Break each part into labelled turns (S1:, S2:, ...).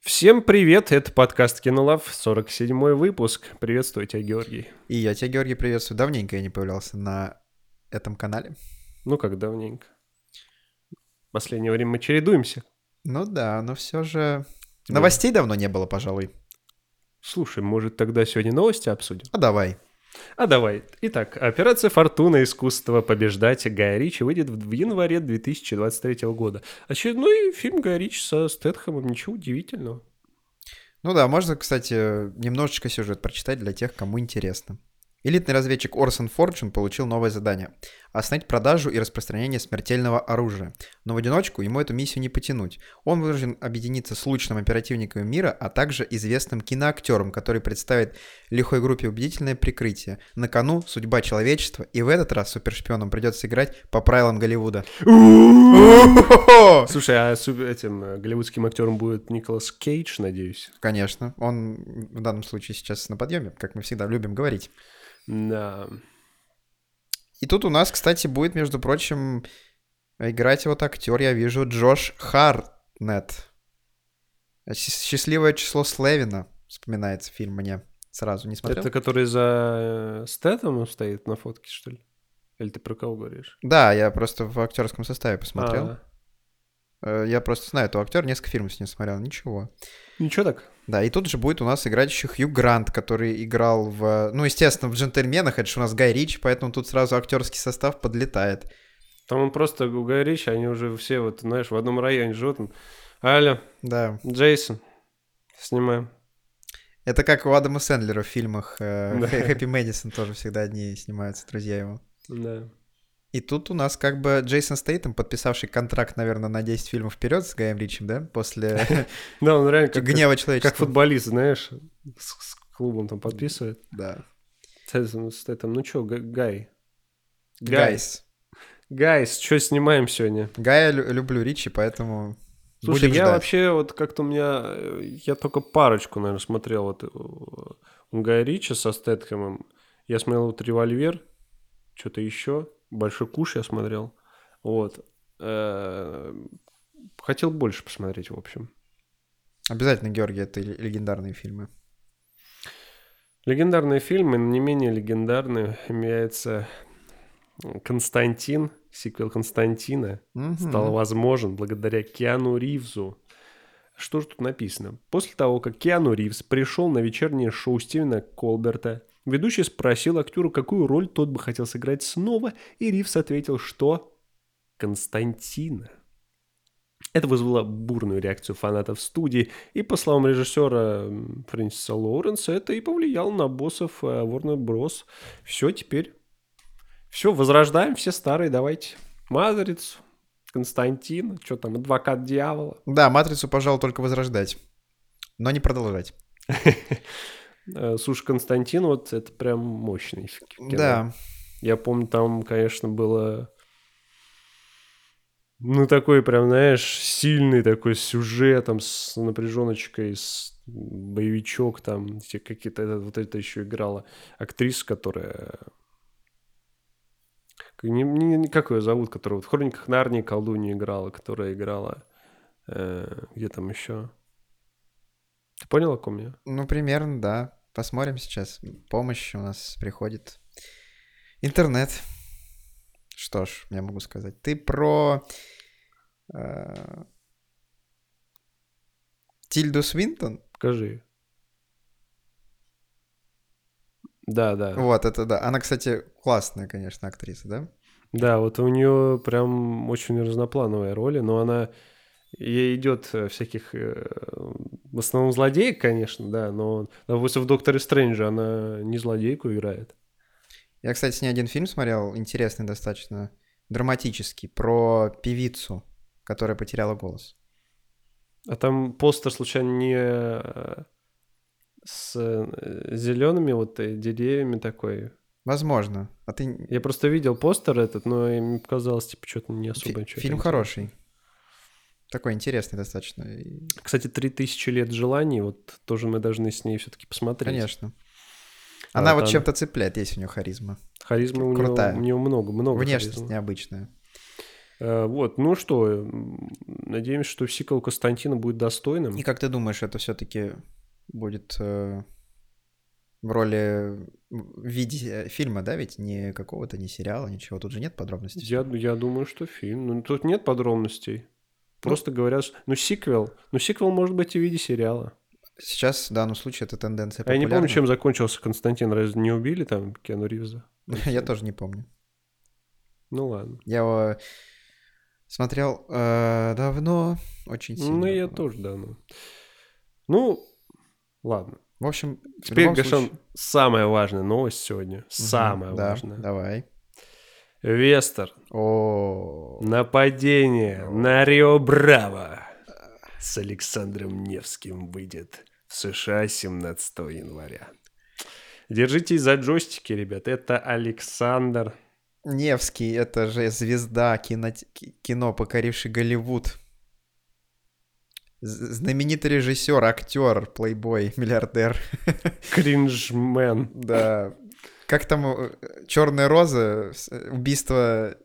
S1: Всем привет, это подкаст Кинолав, 47-й выпуск. Приветствую тебя, Георгий.
S2: И я тебя, Георгий, приветствую. Давненько я не появлялся на этом канале.
S1: Ну, как давненько. В последнее время мы чередуемся.
S2: Ну да, но все же... Новостей давно не было, пожалуй.
S1: Слушай, может, тогда сегодня новости обсудим?
S2: А давай.
S1: А давай. Итак, операция «Фортуна. Искусство побеждать» Гая Ричи выйдет в в январе 2023 года. Очередной фильм Гая Ричи со Стэтхэмом, ничего удивительного.
S2: Ну да, можно, кстати, немножечко сюжет прочитать для тех, кому интересно. Элитный разведчик Орсон Форджин получил новое задание – остановить продажу и распространение смертельного оружия. Но в одиночку ему эту миссию не потянуть. Он вынужден объединиться с лучшим оперативником мира, а также известным киноактером, который представит лихой группе убедительное прикрытие. На кону судьба человечества, и в этот раз супершпионам придется играть по правилам Голливуда.
S1: Слушай, а с этим э, голливудским актером будет Николас Кейдж, надеюсь?
S2: Конечно, он в данном случае сейчас на подъеме, как мы всегда любим говорить.
S1: Да.
S2: И тут у нас, кстати, будет, между прочим, играть вот актер, я вижу, Джош Харнет. Счастливое число Слевина вспоминается фильм мне сразу, не смотрел.
S1: Это который за э, Стэтом стоит на фотке, что ли? Или ты про кого говоришь?
S2: Да, я просто в актерском составе посмотрел.
S1: А,
S2: Э, Я просто знаю этого актера, несколько фильмов с ним смотрел, ничего.
S1: ничего так.
S2: Да, и тут же будет у нас играть еще Хью Грант, который играл в... Ну, естественно, в «Джентльменах», это же у нас Гай Ричи, поэтому тут сразу актерский состав подлетает.
S1: Там он просто у Гая Ричи, они уже все вот, знаешь, в одном районе живут. Он, Алло,
S2: Да,
S1: Джейсон, снимаем.
S2: Это как у Адама Сэндлера в фильмах э,
S1: Да.
S2: «Хэ- Хэппи Мэдисон тоже всегда одни снимаются, друзья его.
S1: Да.
S2: И тут у нас как бы Джейсон Стейтем, подписавший контракт, наверное, на 10 фильмов вперед с Гаем Ричем, да? После
S1: Да, он реально как,
S2: «Гнева
S1: как, как
S2: человечества».
S1: футболист, знаешь, с, с клубом там подписывает.
S2: Да.
S1: Стэтхэм, Стэтхэм, ну чё, Га- Гай?
S2: Гайс.
S1: Гайс, что снимаем сегодня?
S2: Гая лю- люблю Ричи, поэтому
S1: Слушай,
S2: будем
S1: я
S2: ждать.
S1: вообще вот как-то у меня... э, Я только парочку, наверное, смотрел вот э, у Гая Ричи со Стэтхэмом. Я смотрел вот «Револьвер», что-то еще. «Большой куш» я смотрел. Вот. Э, Хотел больше посмотреть, в общем.
S2: Обязательно, Георгий, это л- легендарные фильмы.
S1: Легендарные фильмы, но не менее легендарные, имеется Константин, сиквел Константина.
S2: Мгм.
S1: стал возможен благодаря Киану Ривзу. Что же тут написано? После того, как Киану Ривз пришел на вечернее шоу Стивена Колберта, ведущий спросил актера, какую роль тот бы хотел сыграть снова, и Ривз ответил, что Константина. Это вызвало бурную реакцию фанатов студии, и, по словам режиссера м, Фрэнсиса Лоуренса, это и повлияло на боссов э, Warner Bros. Все теперь. Все, возрождаем все старые, давайте. Мазарец, Константин, что там, адвокат дьявола.
S2: Да, «Матрицу», пожалуй, только возрождать, но не продолжать.
S1: Э, Слушай, Константин, вот это прям мощный фи- кино.
S2: Да,
S1: Я помню, там, конечно, было... Ну, такой прям, знаешь, сильный такой сюжет, там, с напряженочкой, с боевичок, там, все какие-то... это- вот это еще играла актриса, которая... как- Не, не- не- как ее зовут, которая вот в «Хрониках Нарнии» колдунью играла, которая играла... э, где там еще? Ты понял, о ком я?
S2: ну примерно, да. Посмотрим сейчас. Помощь у нас приходит. Интернет. Что ж, я могу сказать. Ты про э, Тильду Свинтон?
S1: Покажи. Да, да.
S2: Вот, это да. Она, кстати, классная, конечно, актриса, да?
S1: Да, вот у нее прям очень разноплановая роль, но она ей идет э, всяких, э, в основном злодеек, конечно, да, но, допустим, в Докторе Стрэнджа она не злодейку играет.
S2: Я, кстати, с ней один фильм смотрел, интересный достаточно, драматический, про певицу, которая потеряла голос.
S1: А там постер случайно не э, с зелеными вот э, деревьями такой.
S2: Возможно. А ты...
S1: Я просто видел постер этот, но и мне показалось, типа, что-то не
S2: Фи-
S1: особо ничего
S2: фильм
S1: там.
S2: хороший. Такой интересный достаточно. и-
S1: Кстати, «Три тысячи лет желаний», вот тоже мы должны с ней все-таки посмотреть.
S2: Конечно.
S1: А
S2: Она вот
S1: там-
S2: чем-то цепляет, есть у нее харизма.
S1: Харизма у
S2: Крутая. Ну,
S1: него, у него много, много.
S2: Внешность
S1: харизмы.
S2: необычная.
S1: Э, Э, Вот, ну что, м, надеемся, что сиквел Константина будет достойным.
S2: И как ты думаешь, это все-таки будет э, в роли в виде э, фильма, да, ведь не какого-то, не сериала, ничего. Тут же нет подробностей.
S1: Я, я думаю, что фильм. Ну, тут нет
S2: Ну.
S1: подробностей. Просто говорят, что- ну, сиквел. Ну, сиквел может быть и в виде сериала.
S2: Сейчас в данном случае это тенденция
S1: А я не помню,
S2: популярна.
S1: чем закончился Константин. Разве не убили там Киану Ривза?
S2: Я тоже не помню.
S1: Ну, ладно.
S2: Я его э, смотрел э, давно, очень сильно.
S1: Ну, я
S2: давно.
S1: тоже, да, ну. Ну, ладно.
S2: В общем, в
S1: Теперь,
S2: любом
S1: Гошан,
S2: случае-
S1: самая важная новость сегодня.
S2: Мгм,
S1: Самая
S2: да,
S1: важная.
S2: Давай.
S1: Вестер.
S2: О,
S1: Нападение на Рио Браво с Александром Невским выйдет в США 17 января. Держитесь за джойстики, ребят. Это Александр.
S2: Невский, это же звезда кино, кино покоривший Голливуд. З- Знаменитый режиссер, актер, плейбой, миллиардер.
S1: Кринжмен.
S2: Да. Как там Черная роза, с- э, убийство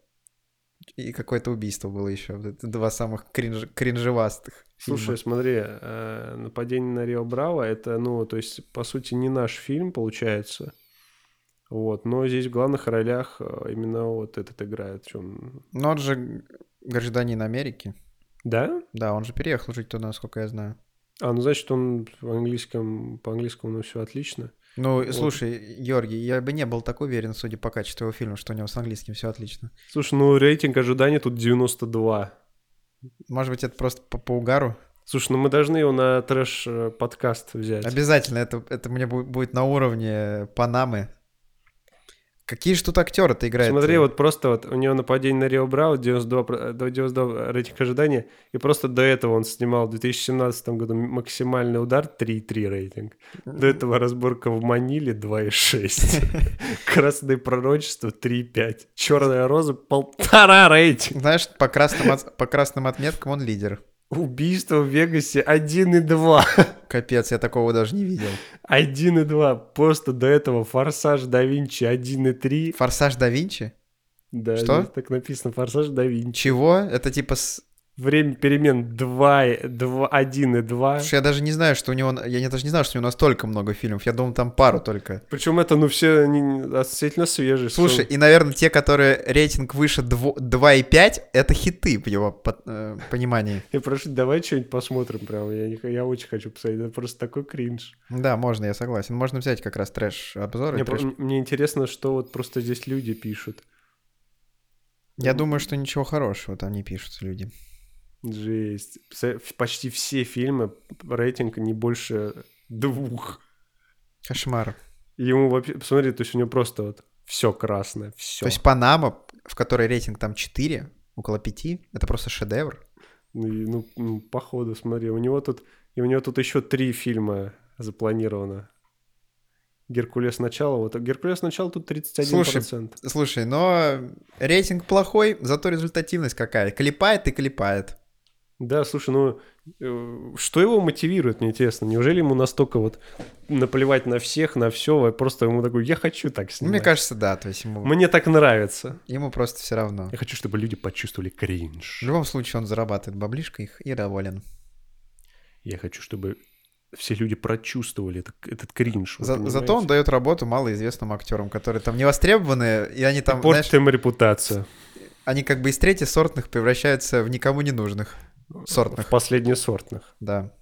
S2: и какое-то убийство было еще. Вот это Два самых кринж- кринжевастых. фильма.
S1: Слушай, смотри, э, нападение на Рио Браво, это, ну, то есть, по сути, не наш фильм, получается. Вот, но здесь в главных ролях э, именно вот этот играет. Чё он-
S2: Но он же гражданин Америки.
S1: Да?
S2: Да, он же переехал жить туда, насколько я знаю.
S1: А, ну, значит, он в английском, по английскому, ну, все отлично.
S2: Ну,
S1: Вот.
S2: слушай, Георгий, я бы не был так уверен, судя по качеству его фильма, что у него с английским все отлично.
S1: Слушай, ну рейтинг ожиданий тут 92.
S2: Может быть, это просто по, по угару?
S1: Слушай, ну мы должны его на трэш-подкаст взять.
S2: Обязательно, это, это мне бу- будет на уровне Панамы. Какие же тут актеры-то играют?
S1: Смотри, вот просто вот у него нападение на Рио Браво 92, про- э, до 92 рейтинг ожидания, и просто до этого он снимал в 2017 году максимальный удар 3,3 рейтинг. До этого разборка в Маниле 2,6. Красное пророчество 3,5. Черная роза полтора рейтинг.
S2: Знаешь, по красным, от- по красным отметкам он лидер.
S1: Убийство в Вегасе 1,2.
S2: Капец, я такого даже не видел.
S1: 1,2. Просто до этого Форсаж да Винчи 1,3.
S2: Форсаж да Винчи?
S1: Да,
S2: Что?
S1: здесь так написано. Форсаж да Винчи.
S2: Чего? Это типа... с-
S1: Время перемен 2, 2, 1 и 2.
S2: Слушай, я даже не знаю, что у него... Я даже не знаю, что у него настолько много фильмов. Я думал, там пару только.
S1: Причем это, ну, все они не- относительно свежие.
S2: Слушай,
S1: что-
S2: и, наверное, те, которые рейтинг выше дво- 2,5, это хиты в его под- э, понимании.
S1: Я прошу, давай что-нибудь посмотрим прям. Я, не х- я очень хочу посмотреть. Это просто такой кринж.
S2: Да, можно, я согласен. Можно взять как раз трэш-обзоры.
S1: Мне, про- мне интересно, что вот просто здесь люди пишут.
S2: Я думаю, что ничего хорошего там не пишут люди.
S1: Жесть. Пса- в- Почти все фильмы рейтинг не больше двух.
S2: Кошмар.
S1: Ему вообще... Посмотри, то есть у него просто вот все красное, все.
S2: То есть Панама, в которой рейтинг там 4, около 5, это просто шедевр.
S1: Ну, и, ну, м, походу, смотри, у него тут и у него тут еще три фильма запланировано. Геркулес начало, вот а Геркулес начало тут 31%.
S2: Слушай, но рейтинг плохой, зато результативность какая. Клепает и клепает.
S1: Да, слушай, ну э, что его мотивирует, мне интересно? Неужели ему настолько вот наплевать на всех, на все, просто ему такой, я хочу так
S2: Ну,
S1: снимать.
S2: мне кажется, да, то есть ему,
S1: Мне так нравится.
S2: ему просто все равно.
S1: Я хочу, чтобы люди почувствовали
S2: В
S1: кринж.
S2: любом случае он зарабатывает баблишко их и доволен.
S1: Я хочу, чтобы все люди прочувствовали этот, этот кринж. вы
S2: За-
S1: понимаете?
S2: зато он дает работу малоизвестным актерам, которые там не востребованы, и они
S1: И
S2: там,
S1: портит
S2: знаешь,
S1: им репутацию.
S2: они как бы из третьих сортных превращаются в никому не нужных. Сортных,
S1: В последний сортных.
S2: да.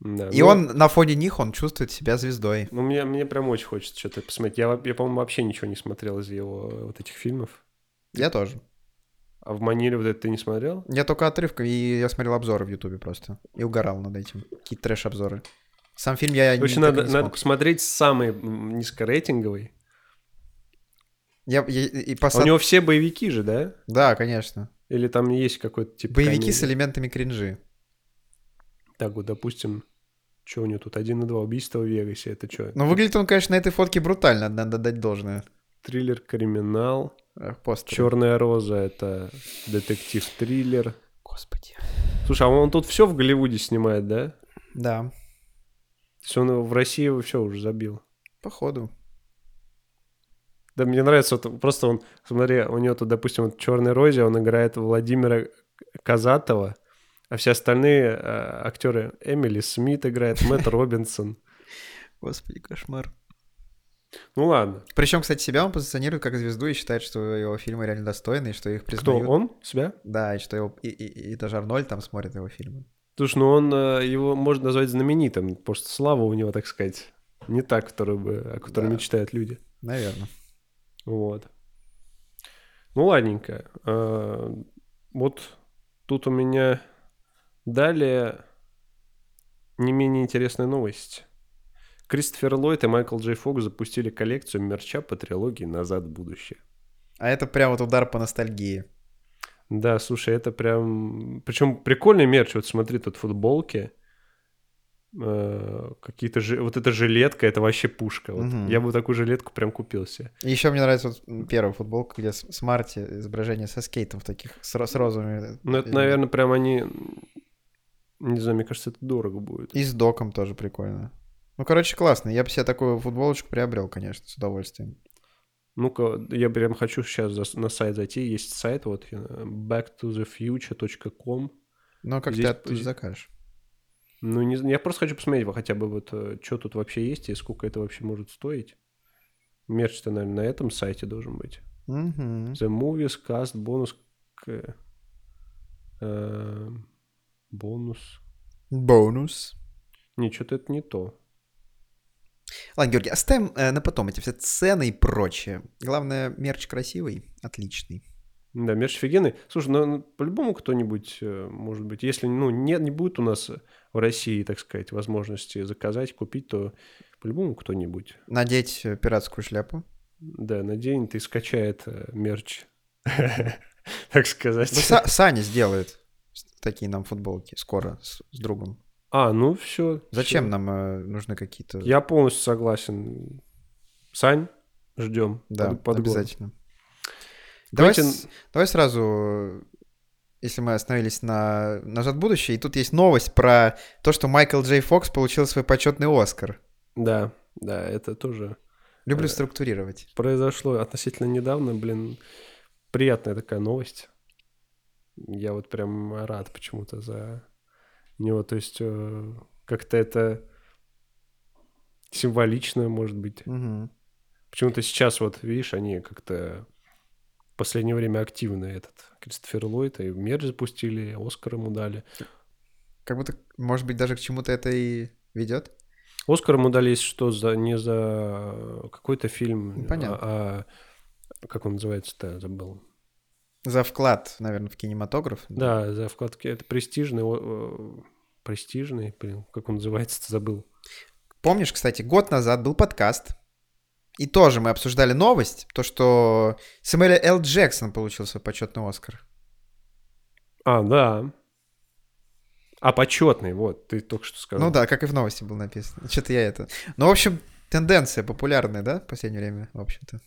S1: Да,
S2: И
S1: ну,
S2: он на фоне них, он чувствует себя звездой.
S1: Ну, мне, мне прям очень хочется что-то посмотреть. Я, во- я, по-моему, вообще ничего не смотрел из его э, вот этих фильмов.
S2: Я тоже.
S1: А в Маниле вот это ты не смотрел?
S2: Я только отрывками, и я смотрел обзоры в Ютубе просто. И угорал над этим. Какие трэш-обзоры. Сам фильм я не,
S1: Короче,
S2: так и
S1: надо,
S2: не
S1: надо
S2: смог.
S1: посмотреть самый м, низкорейтинговый.
S2: Я- я- и
S1: А
S2: посад-
S1: У него все боевики же, да?
S2: Да, конечно.
S1: Или там есть какой-то типа...
S2: Боевики с
S1: комедии?
S2: элементами кринжи.
S1: Так вот, допустим, что у него тут? Один и два убийства в Вегасе. Это что?
S2: Но выглядит он, конечно, на этой фотке брутально, надо дать должное.
S1: Триллер, криминал.
S2: Эх, Постер.
S1: Черная роза — это детектив-триллер.
S2: Господи.
S1: Слушай, а он тут все в Голливуде снимает, да? То
S2: Да,
S1: есть он в России все уже забил.
S2: походу.
S1: Да, мне нравится, вот просто он, смотри, у него тут, допустим, вот «Черной розе» он играет Владимира Казатова, а все остальные э, актеры Эмили Смит играет, Мэтт Робинсон.
S2: Господи, кошмар.
S1: Ну ладно.
S2: Причем, кстати, себя он позиционирует как звезду и считает, что его фильмы реально достойны, и что их
S1: Кто,
S2: признают.
S1: он? Себя?
S2: Да, и что его... И, и- и даже Арнольд там смотрит его фильмы.
S1: Слушай, ну он, э, его можно назвать знаменитым, потому что слава у него, так сказать, не та, которую бы, о которой
S2: Да.
S1: мечтают люди.
S2: Наверное.
S1: Вот. Ну, ладненько. Э, Вот тут у меня далее не менее интересная новость. Кристофер Ллойд и Майкл Джей Фокс запустили коллекцию мерча по трилогии «Назад в будущее».
S2: А это прям вот удар по ностальгии.
S1: Да, слушай, это прям... Причем прикольный мерч. Вот смотри, тут футболки. э, Какие-то... жи- Вот эта жилетка, это вообще пушка. Вот
S2: Мгм.
S1: Я бы такую жилетку прям купил себе.
S2: И еще мне нравится вот первая футболка, где с, с Марти изображение со скейтом в таких, с, ро- с розовыми. э,
S1: Ну, это, наверное, прям они... Не знаю, мне кажется, это дорого будет.
S2: И с доком тоже прикольно. Ну, короче, классно. Я бы себе такую футболочку приобрел, конечно, с удовольствием.
S1: Ну-ка, я прям хочу сейчас на сайт зайти. Есть сайт, вот, э, backtothefuture.com.
S2: Но как
S1: Здесь-
S2: ты оттуда
S1: здесь-
S2: закажешь?
S1: Ну, не, зн- я просто хочу посмотреть во- хотя бы вот, э, что тут вообще есть и сколько это вообще может стоить. Мерч-то, наверное, на этом сайте должен быть.
S2: Мгм.
S1: The Movies, Cast, бонус к... э, бонус...
S2: Бонус.
S1: Не, что-то это не то.
S2: Ладно, Георгий, оставим э, на потом эти все цены и прочее. Главное, мерч красивый, отличный.
S1: Да, мерч офигенный. Слушай, ну, по-любому кто-нибудь, э, может быть, если ну, не, не будет у нас в России, так сказать, возможности заказать, купить, то по-любому кто-нибудь,
S2: Надеть э, пиратскую шляпу.
S1: да, наденет и скачает э, мерч, так сказать.
S2: Да Ну, Са- Саня сделает с- такие нам футболки скоро с, с другом.
S1: А, ну все.
S2: Зачем нам э, нужны какие-то...
S1: Я полностью согласен. Сань, ждем.
S2: Да, обязательно. Давай,
S1: Давайте...
S2: с- давай сразу, э, если мы остановились на «Назад в будущее», и тут есть новость про то, что Майкл Джей Фокс получил свой почетный «Оскар».
S1: Да, да, это тоже
S2: Люблю
S1: Э.
S2: структурировать.
S1: произошло относительно недавно, блин, приятная такая новость. Я вот прям рад почему-то за него. То есть э, как-то это символично, может быть.
S2: Мгм.
S1: Почему-то сейчас вот, видишь, они как-то в последнее время активно этот Кристофер Ллойд, и мерч запустили, и Оскар ему дали.
S2: Как будто, может быть, даже к чему-то это и ведет.
S1: Оскар ему дали, если что, за, не за какой-то фильм,
S2: Ну, понятно.
S1: а- а как он называется-то, забыл.
S2: За вклад, наверное, в кинематограф.
S1: Да, за вкладки. Это престижный, о- э, престижный, блин, как он называется, забыл.
S2: Помнишь, кстати, год назад был подкаст, и тоже мы обсуждали новость, то, что Сэмюэл Л. Джексон получил свой почетный «Оскар».
S1: А, да. А почетный, вот, ты только что сказал.
S2: Ну да, как и в новости было написано. Что-то я это... Ну, в общем, тенденция популярная, да, в последнее время, в общем-то.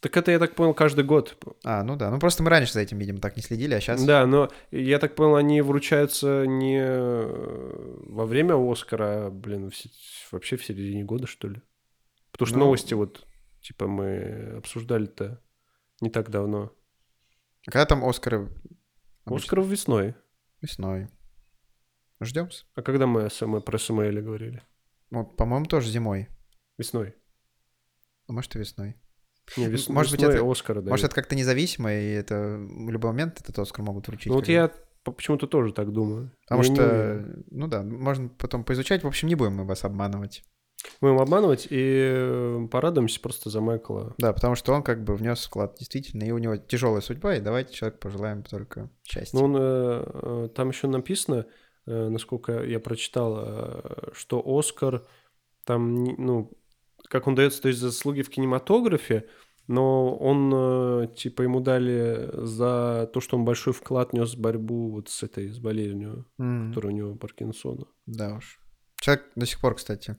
S1: Так это, я так понял, каждый год.
S2: А, ну да. Ну, просто мы раньше за этим, видимо, так не следили, а сейчас...
S1: Да, но я так понял, они вручаются не э, во время Оскара, а, блин, в се- вообще в середине года, что ли? Потому что
S2: Ну.
S1: новости вот, типа, мы обсуждали-то не так давно.
S2: Когда там Оскары? Обычно
S1: Оскаров весной.
S2: Весной. Ждем.
S1: А когда мы СМ про СМЛ говорили?
S2: Вот, ну, по-моему, тоже зимой.
S1: Весной.
S2: А Может, и весной.
S1: Не, вес-
S2: Может быть,
S1: весной
S2: это-
S1: Оскара дают.
S2: Может, это как-то независимо, и это в любой момент этот Оскар могут вручить.
S1: Ну вот
S2: как бы.
S1: я по- почему-то тоже так думаю.
S2: Потому
S1: Я не
S2: что,
S1: уверен.
S2: ну да, можно потом поизучать. В общем, не будем мы вас обманывать.
S1: Мы им обманывать и э, порадуемся просто за Майкла.
S2: Да, потому что он как бы внес вклад действительно, и у него тяжелая судьба, и давайте человеку пожелаем только счастья.
S1: Но Ну, он, э, э, там еще написано, э, насколько я прочитал, э, что Оскар там, не- ну, как он дается, то есть за заслуги в кинематографе, но он, э, типа, ему дали за то, что он большой вклад нес в борьбу вот с этой, с болезнью,
S2: М,
S1: которая у него Паркинсона.
S2: Да уж. Человек до сих пор, кстати.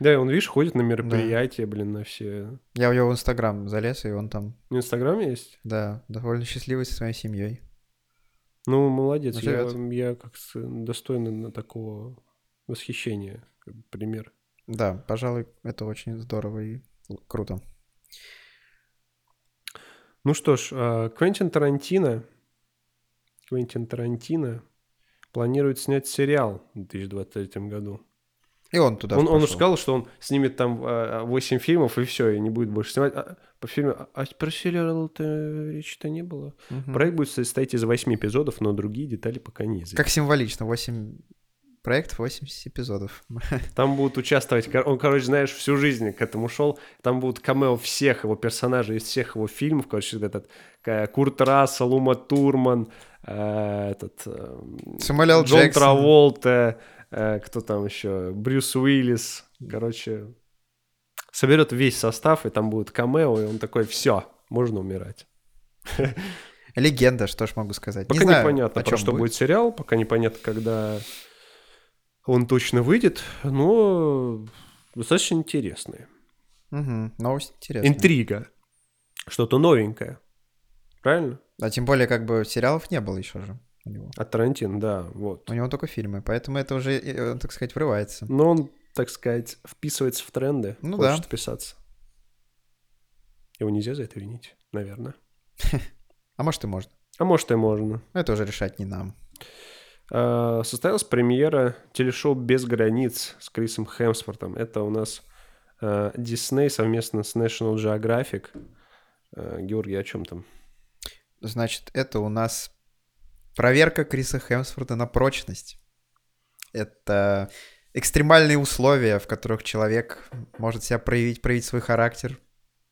S1: Да, и он, видишь, ходит на мероприятия, блин, на все.
S2: Я в его инстаграм залез, и он там,
S1: У него Инстаграм есть?
S2: да, довольно счастливый со своей семьей.
S1: Ну, молодец.
S2: Ну,
S1: Я,
S2: живёт.
S1: я как с- достойна на такого восхищения, как бы, пример.
S2: Да, пожалуй, это очень здорово и л- круто.
S1: Ну что ж, а, Квентин Тарантино... Квентин Тарантино планирует снять сериал в 2023 году.
S2: И он туда
S1: он, он
S2: пошёл.
S1: уж сказал, что он снимет там а, 8 фильмов и все, и не будет больше снимать. А, по фильму... А а про сериал-то речи-то не было.
S2: Мгм.
S1: Проект будет состоять из 8 эпизодов, но другие детали пока не известны.
S2: Как символично, 8 проектов, 80 эпизодов.
S1: Там будут участвовать, кор- он, короче, знаешь, всю жизнь к этому шел. Там будут камео всех его персонажей из всех его фильмов. Короче, этот э, Курт Рассел, Ума Турман, э, этот э,
S2: Сэмюэл Л.
S1: Джон
S2: Джексон.
S1: Траволта, э, кто там еще, Брюс Уиллис. Короче, соберет весь состав, и там будет камео, и он такой, все, можно умирать.
S2: Легенда, что ж могу сказать.
S1: Пока
S2: не знаю,
S1: непонятно,
S2: о
S1: про
S2: чем
S1: что будет. сериал, пока непонятно, когда он точно выйдет, но достаточно интересный.
S2: Мгм, Новость интересная.
S1: Интрига. Что-то новенькое. Правильно?
S2: А тем более, как бы сериалов не было еще же у него.
S1: От Тарантино, да, вот.
S2: У него только фильмы, поэтому это уже, э, так сказать, врывается.
S1: Но он, так сказать, вписывается в тренды.
S2: Ну
S1: хочет
S2: да.
S1: вписаться. Его нельзя за это винить, наверное.
S2: А может и можно.
S1: А может и можно.
S2: Но это уже решать не нам.
S1: А, Состоялась премьера телешоу «Без границ» с Крисом Хемсвортом. Это у нас а, Disney совместно с National Geographic. А, Георгий, о чем там?
S2: Значит, это у нас проверка Криса Хемсфорда на прочность. Это экстремальные условия, в которых человек может себя проявить, проявить свой характер,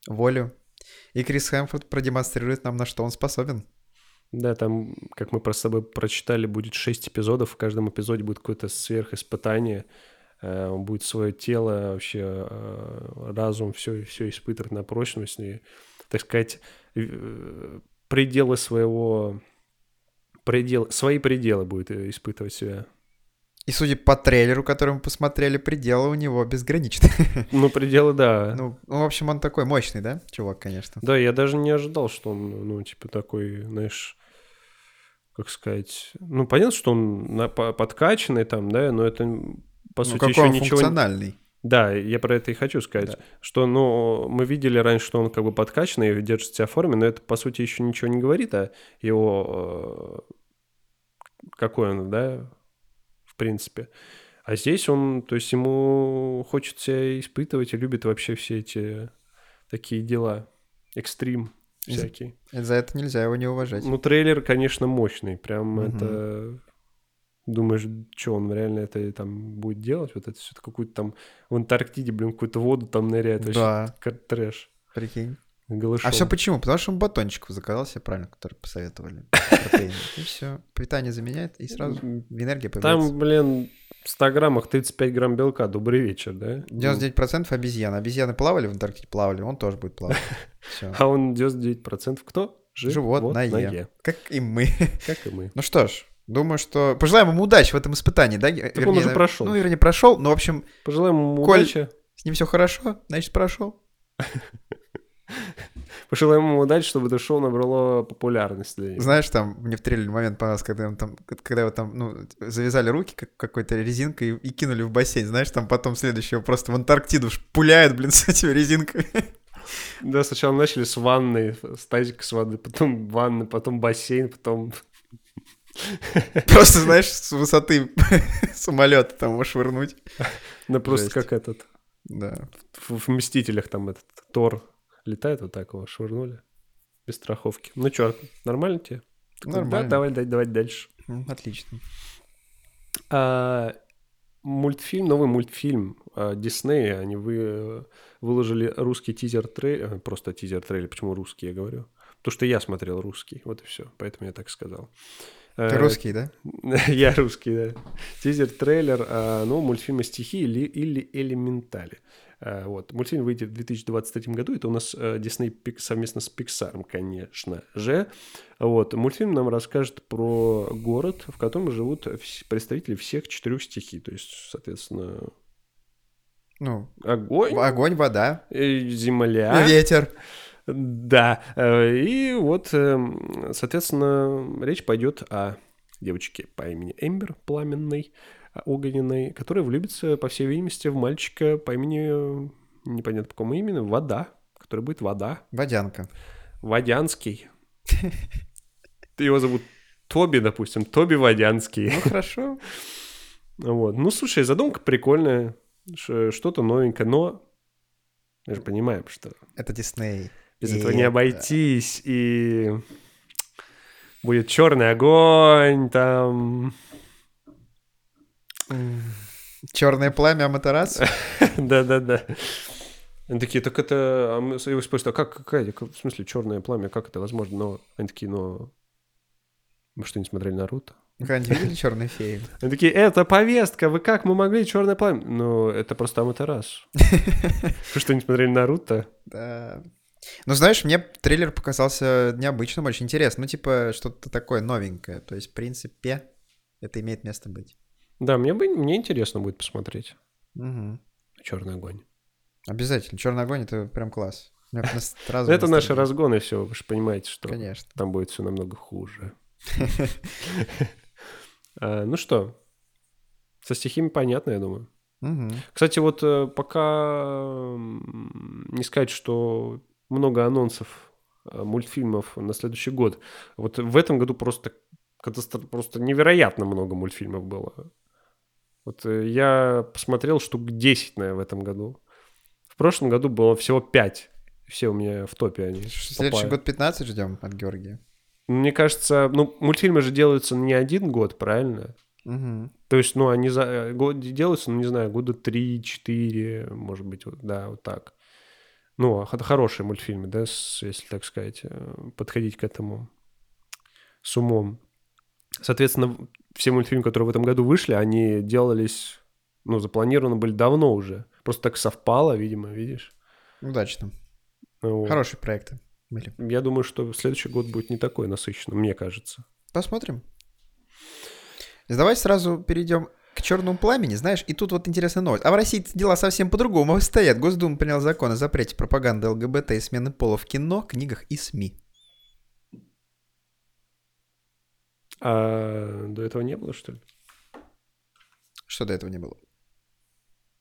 S2: волю. И Крис Хемсфорд продемонстрирует нам, на что он способен.
S1: Да, там, как мы про с тобой прочитали, будет 6 эпизодов. В каждом эпизоде будет какое-то сверхиспытание. Э, Он будет свое тело, вообще э, разум, все, все испытывать на прочность. И, так сказать, э, пределы своего... Предел, свои пределы будет э, испытывать себя.
S2: И судя по трейлеру, который мы посмотрели, пределы у него безграничны.
S1: Ну, пределы, да.
S2: Ну, ну, в общем, он такой мощный, да, чувак, конечно.
S1: Да, я даже не ожидал, что он, ну, типа такой, знаешь, как сказать... Ну, понятно, что он на- по- подкачанный там, да, но это, по
S2: Ну,
S1: сути,
S2: какой
S1: еще
S2: он
S1: ничего... не-
S2: функциональный.
S1: Да, я про это и хочу сказать.
S2: Да.
S1: Что, ну, мы видели раньше, что он как бы подкачанный и держит себя в форме, но это, по сути, еще ничего не говорит о его... э, Какой он, да, в принципе. А здесь он, то есть ему хочется испытывать и любит вообще все эти такие дела. Экстрим
S2: Из-
S1: всякие.
S2: И За это нельзя его не уважать.
S1: Ну, трейлер, конечно, мощный. Прям
S2: Мгм.
S1: это... Думаешь, что он реально это и там будет делать? Вот это все какую-то там... В Антарктиде, блин, какую-то воду там ныряет. Вообще
S2: да,
S1: кар- трэш.
S2: прикинь.
S1: Голышом.
S2: А все почему? Потому что он батончиков заказал себе правильно, который посоветовали. протеинных. И все. Питание заменяет, и сразу
S1: М,
S2: энергия появляется.
S1: Там, блин, в 100 граммах 35 грамм белка. Добрый вечер, да?
S2: 99% обезьян. Обезьяны плавали в Антарктиде? Плавали. Он тоже будет плавать. Все.
S1: А он 99% кто?
S2: Животное. Как и мы.
S1: Как и мы.
S2: Ну что ж, думаю, что... Пожелаем ему удачи в этом испытании, да? Так
S1: он уже прошёл.
S2: Ну, вернее, прошел. Ну, в общем,
S1: Пожелаем ему
S2: Коль-
S1: удачи.
S2: с ним все хорошо, значит, прошел.
S1: Пожелаем ему удачи, чтобы это шоу набрало популярность. для него.
S2: Знаешь, там мне в трейлере момент понравился, когда он там, когда его там, ну, завязали руки как какой-то резинкой и, и кинули в бассейн. Знаешь, там потом следующего просто в Антарктиду ж пуляют, блин, с этими резинками.
S1: Да, сначала начали с ванны, с тазика с воды, потом ванны, потом бассейн, потом
S2: Просто, знаешь, с высоты самолета там его швырнуть.
S1: Ну, просто
S2: Жесть.
S1: как этот...
S2: Да.
S1: В, в «Мстителях» там этот Тор летает вот так его, швырнули. Без страховки. Ну чё, нормально тебе? Такой, Да,
S2: Нормально.
S1: давай, давай, давай дальше.
S2: М, Отлично.
S1: А, мультфильм, новый мультфильм а, Диснея. Они вы, выложили русский тизер-трейлер. Просто тизер-трейлер. Почему русский, я говорю? Потому что я смотрел русский. Вот и все. Поэтому я так сказал.
S2: Ты
S1: Э,
S2: русский, да?
S1: Я русский, да. Тизер, трейлер, а, ну, мультфильма «Стихи» или, или «Элементали». А, Вот. Мультфильм выйдет в 2023 году. Это у нас э, Disney Пик- совместно с Pixar, конечно же. Вот. Мультфильм нам расскажет про город, в котором живут вс- представители всех четырех стихий. То есть, соответственно,
S2: Ну,
S1: огонь,
S2: огонь, вода,
S1: э, земля.
S2: ветер.
S1: Да. Э, И вот, эм, соответственно, речь пойдет о девочке по имени Эмбер Пламенной, э, огненной, которая влюбится, по всей видимости, в мальчика по имени, э, непонятно по какому имени, Вода, который будет Вода.
S2: Водянка.
S1: Водянский. Его зовут Тоби, допустим, Тоби Водянский.
S2: Ну хорошо.
S1: Вот. Ну, слушай, задумка прикольная, ш- что-то новенькое, но мы же понимаем, что
S2: Это Дисней.
S1: без
S2: И
S1: этого не
S2: это-
S1: обойтись, и будет черный огонь, там,
S2: Черное пламя а Аматерасу?
S1: да-да-да. Они такие, так это... а мы с- его спросят, а как, какая, как- в смысле, черное пламя, как это возможно? Но они такие, но... Вы что, не смотрели Наруто?
S2: Вы когда-нибудь видели черные феи?
S1: Они такие, это повестка, вы как, мы могли черное пламя? Ну, это просто Аматерасу. Вы что, не смотрели Наруто?
S2: Да. Ну, знаешь, мне трейлер показался необычным, очень интересным. Ну, типа, что-то такое новенькое. То есть, в принципе, это имеет место быть.
S1: Да, мне, бы, мне интересно будет посмотреть
S2: Мгм.
S1: Черный огонь.
S2: Обязательно. Черный огонь это прям класс. У меня нас- сразу
S1: Это наши
S2: настроение.
S1: разгоны все, вы же понимаете, что
S2: Конечно.
S1: там будет все намного хуже. А, Ну что, со стихами понятно, я думаю.
S2: Мгм.
S1: Кстати, вот э, пока м, не сказать, что много анонсов э, мультфильмов на следующий год. Вот в этом году просто катастро- просто невероятно много мультфильмов было. Вот э, я посмотрел штук 10, наверное, в этом году. В прошлом году было всего 5. Все у меня в топе они.
S2: Следующий
S1: попали.
S2: год 15 ждем от Георгия.
S1: Мне кажется, ну, мультфильмы же делаются не один год, правильно?
S2: Мгм.
S1: То есть, ну, они за э, год делаются, ну, не знаю, года 3-4, может быть, вот, да, вот так. Ну, а хо- хорошие мультфильмы, да, с- если так сказать, э, подходить к этому с умом. Соответственно, в- все мультфильмы, которые в этом году вышли, они делались, ну, запланированы были давно уже. Просто так совпало, видимо, видишь.
S2: Удачно.
S1: Ну, вот.
S2: Хорошие проекты были.
S1: Я думаю, что следующий год будет не такой насыщенный, мне кажется.
S2: Посмотрим. Давай сразу перейдем к черному пламени, знаешь, и тут вот интересная новость. А в России дела совсем по-другому стоят. Госдума принял закон о запрете пропаганды ЛГБТ и смены пола в кино, книгах и СМИ.
S1: А до этого не было, что ли?
S2: Что до этого не было?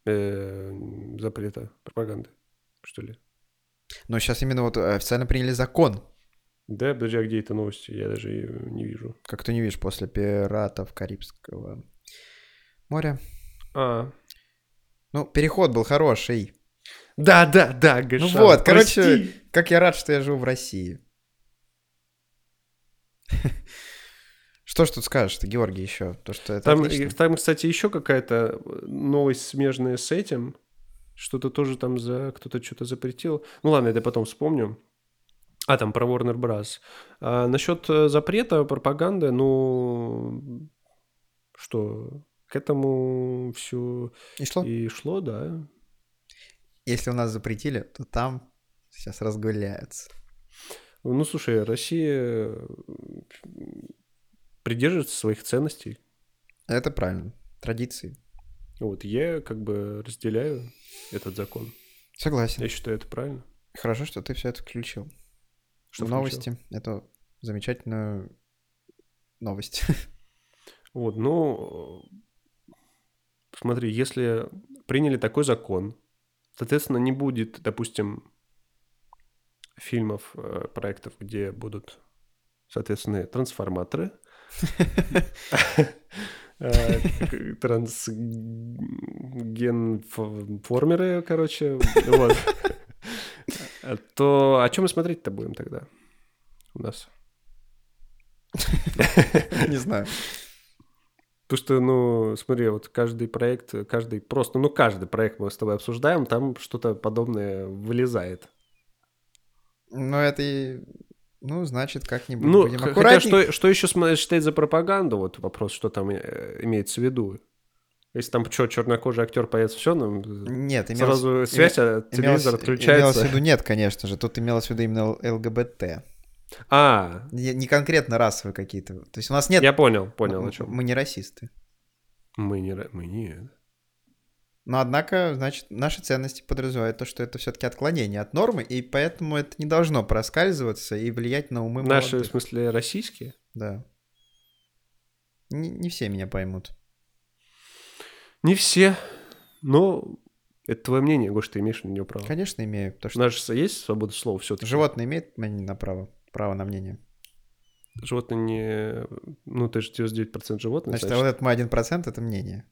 S1: Э, запрета пропаганды, что ли?
S2: Но сейчас именно вот э, официально приняли закон.
S1: Да, подожди, а где эта новость? Я даже ее не вижу.
S2: Как ты не видишь, после пиратов Карибского моря.
S1: А.
S2: Ну, переход был хороший.
S1: Да, да, да,
S2: Ну
S1: Гриша,
S2: вот,
S1: прости.
S2: короче, как я рад, что я живу в России. Что ж тут скажешь ты, Георгий, еще? То, что это
S1: Там, э,
S2: отлично.
S1: там, кстати, еще какая-то э, новость смежная с этим. Что-то тоже там за... Кто-то что-то запретил. Ну ладно, это потом вспомню. А, там про Warner Bros. А, насчет э, запрета пропаганды, ну... Что? К этому все
S2: И что?
S1: и шло, да.
S2: Если у нас запретили, то там сейчас разгуляются.
S1: Ну, слушай, Россия э, придерживается своих ценностей.
S2: Это правильно. Традиции.
S1: Вот я как бы разделяю этот закон.
S2: Согласен.
S1: Я считаю, это правильно.
S2: Хорошо, что ты все это включил.
S1: Что включил?
S2: Новости. Это замечательная новость.
S1: Вот, ну, э, смотри, если приняли такой закон, соответственно, не будет, допустим, фильмов, э, проектов, где будут, соответственно, трансформаторы, э, к- трансгенформеры, короче, вот, Э, то о чем мы смотреть-то будем тогда у нас?
S2: Не знаю.
S1: Потому что, ну, смотри, вот каждый проект, каждый просто, ну, каждый проект мы с тобой обсуждаем, там что-то подобное вылезает.
S2: Но это и... Ну, значит, как-нибудь
S1: Ну,
S2: будем
S1: х- хотя
S2: аккуратненько.
S1: что, что еще см- считать за пропаганду? Вот вопрос, что там э, имеется в виду. Если там что, чернокожий актер появится, все, нам
S2: Нет, имелось-
S1: ну, сразу связь, а телевизор
S2: имелось- Имелось
S1: отключается.
S2: в виду нет, конечно же. Тут имелось в виду именно Л- ЛГБТ.
S1: А,
S2: Не, не конкретно расовые какие-то. То есть у нас нет...
S1: я понял, понял,
S2: м-
S1: о чем.
S2: Мы не расисты.
S1: Мы не... ра- Мы не...
S2: Но однако, значит, наши ценности подразумевают то, что это все-таки отклонение от нормы, и поэтому это не должно проскальзываться и влиять на умы
S1: Наши, в
S2: молодых.
S1: смысле, российские?
S2: Да. Не, не все меня поймут.
S1: Не все, но Это твое мнение, Гош, ты имеешь на нее право.
S2: Конечно, имею. Потому
S1: У
S2: что
S1: нас же есть свобода слова все-таки.
S2: животное имеет мнение на право, право на мнение.
S1: Животное не... Ну, ты же 99% животных,
S2: Значит, а вот этот мой 1% — это мнение.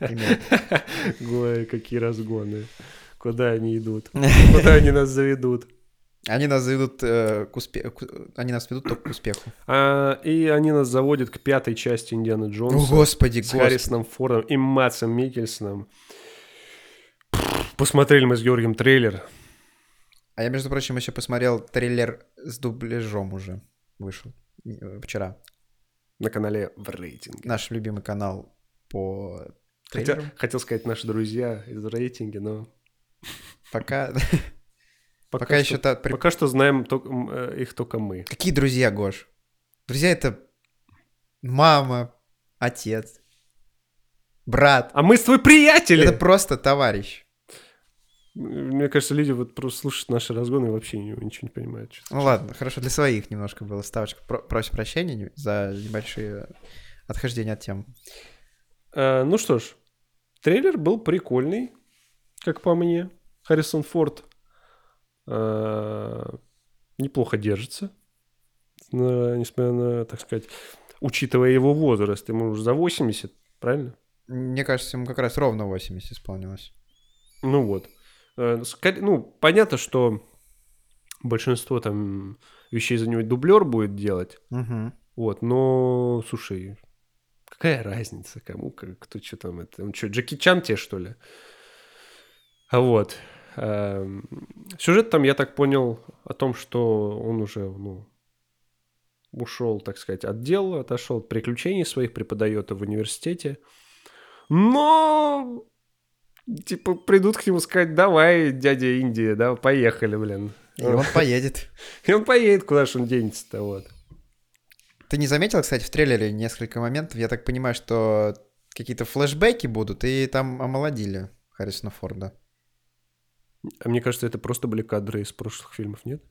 S2: Имеет. а
S1: Ой, какие разгоны. Куда они идут? Куда они нас заведут?
S2: Они нас заведут э, к успеху. Они нас ведут только к успеху.
S1: А, и они нас заводят к пятой части Индианы
S2: О,
S1: Джонса
S2: господи,
S1: с
S2: господи.
S1: Харрисоном Фордом и Матсом Микельсоном. Посмотрели мы с Георгием трейлер.
S2: А я, между прочим, еще посмотрел трейлер с дубляжом уже. Вышел э, вчера.
S1: На канале в рейтинге.
S2: Наш любимый канал по трейлерам.
S1: Хотя, хотел сказать наши друзья из рейтинга, но
S2: Пока,
S1: пока,
S2: пока
S1: что,
S2: еще... та- при-
S1: пока что знаем только, м, э, их только мы.
S2: Какие друзья, Гош? Друзья — это мама, отец, брат.
S1: А мы с твой приятели!
S2: Это просто товарищ.
S1: Мне кажется, люди вот просто слушают наши разгоны и вообще ни- ничего не понимают. честно.
S2: Ну ладно, хорошо, для своих немножко было ставочка. Про- Просим прощения не- за небольшие отхождения от тем.
S1: Э, ну что ж, трейлер был прикольный, как по мне. Харрисон Форд э, неплохо держится, на- несмотря на, так сказать, учитывая его возраст. Ему уже за 80, правильно?
S2: Мне кажется, ему как раз ровно 80 исполнилось.
S1: Ну вот. Э, скорее- ну, понятно, что большинство там вещей за него дублер будет делать,
S2: Угу.
S1: Вот, но, слушай, какая разница, кому, как- кто что там, это, он что, Джеки Чан те, что ли? А вот. эм, Сюжет там, я так понял, о том, что он уже, ну, ушел, так сказать, от дела, отошел от приключений своих, преподает в университете. Но, типа, придут к нему сказать, давай, дядя Индия, да, поехали, блин.
S2: И он поедет.
S1: И он поедет, куда же он денется-то, вот.
S2: Ты не заметил, кстати, в трейлере несколько моментов? Я так понимаю, что какие-то флешбеки будут, и там омолодили Харрисона Форда.
S1: А мне кажется, это просто были кадры из прошлых фильмов, нет?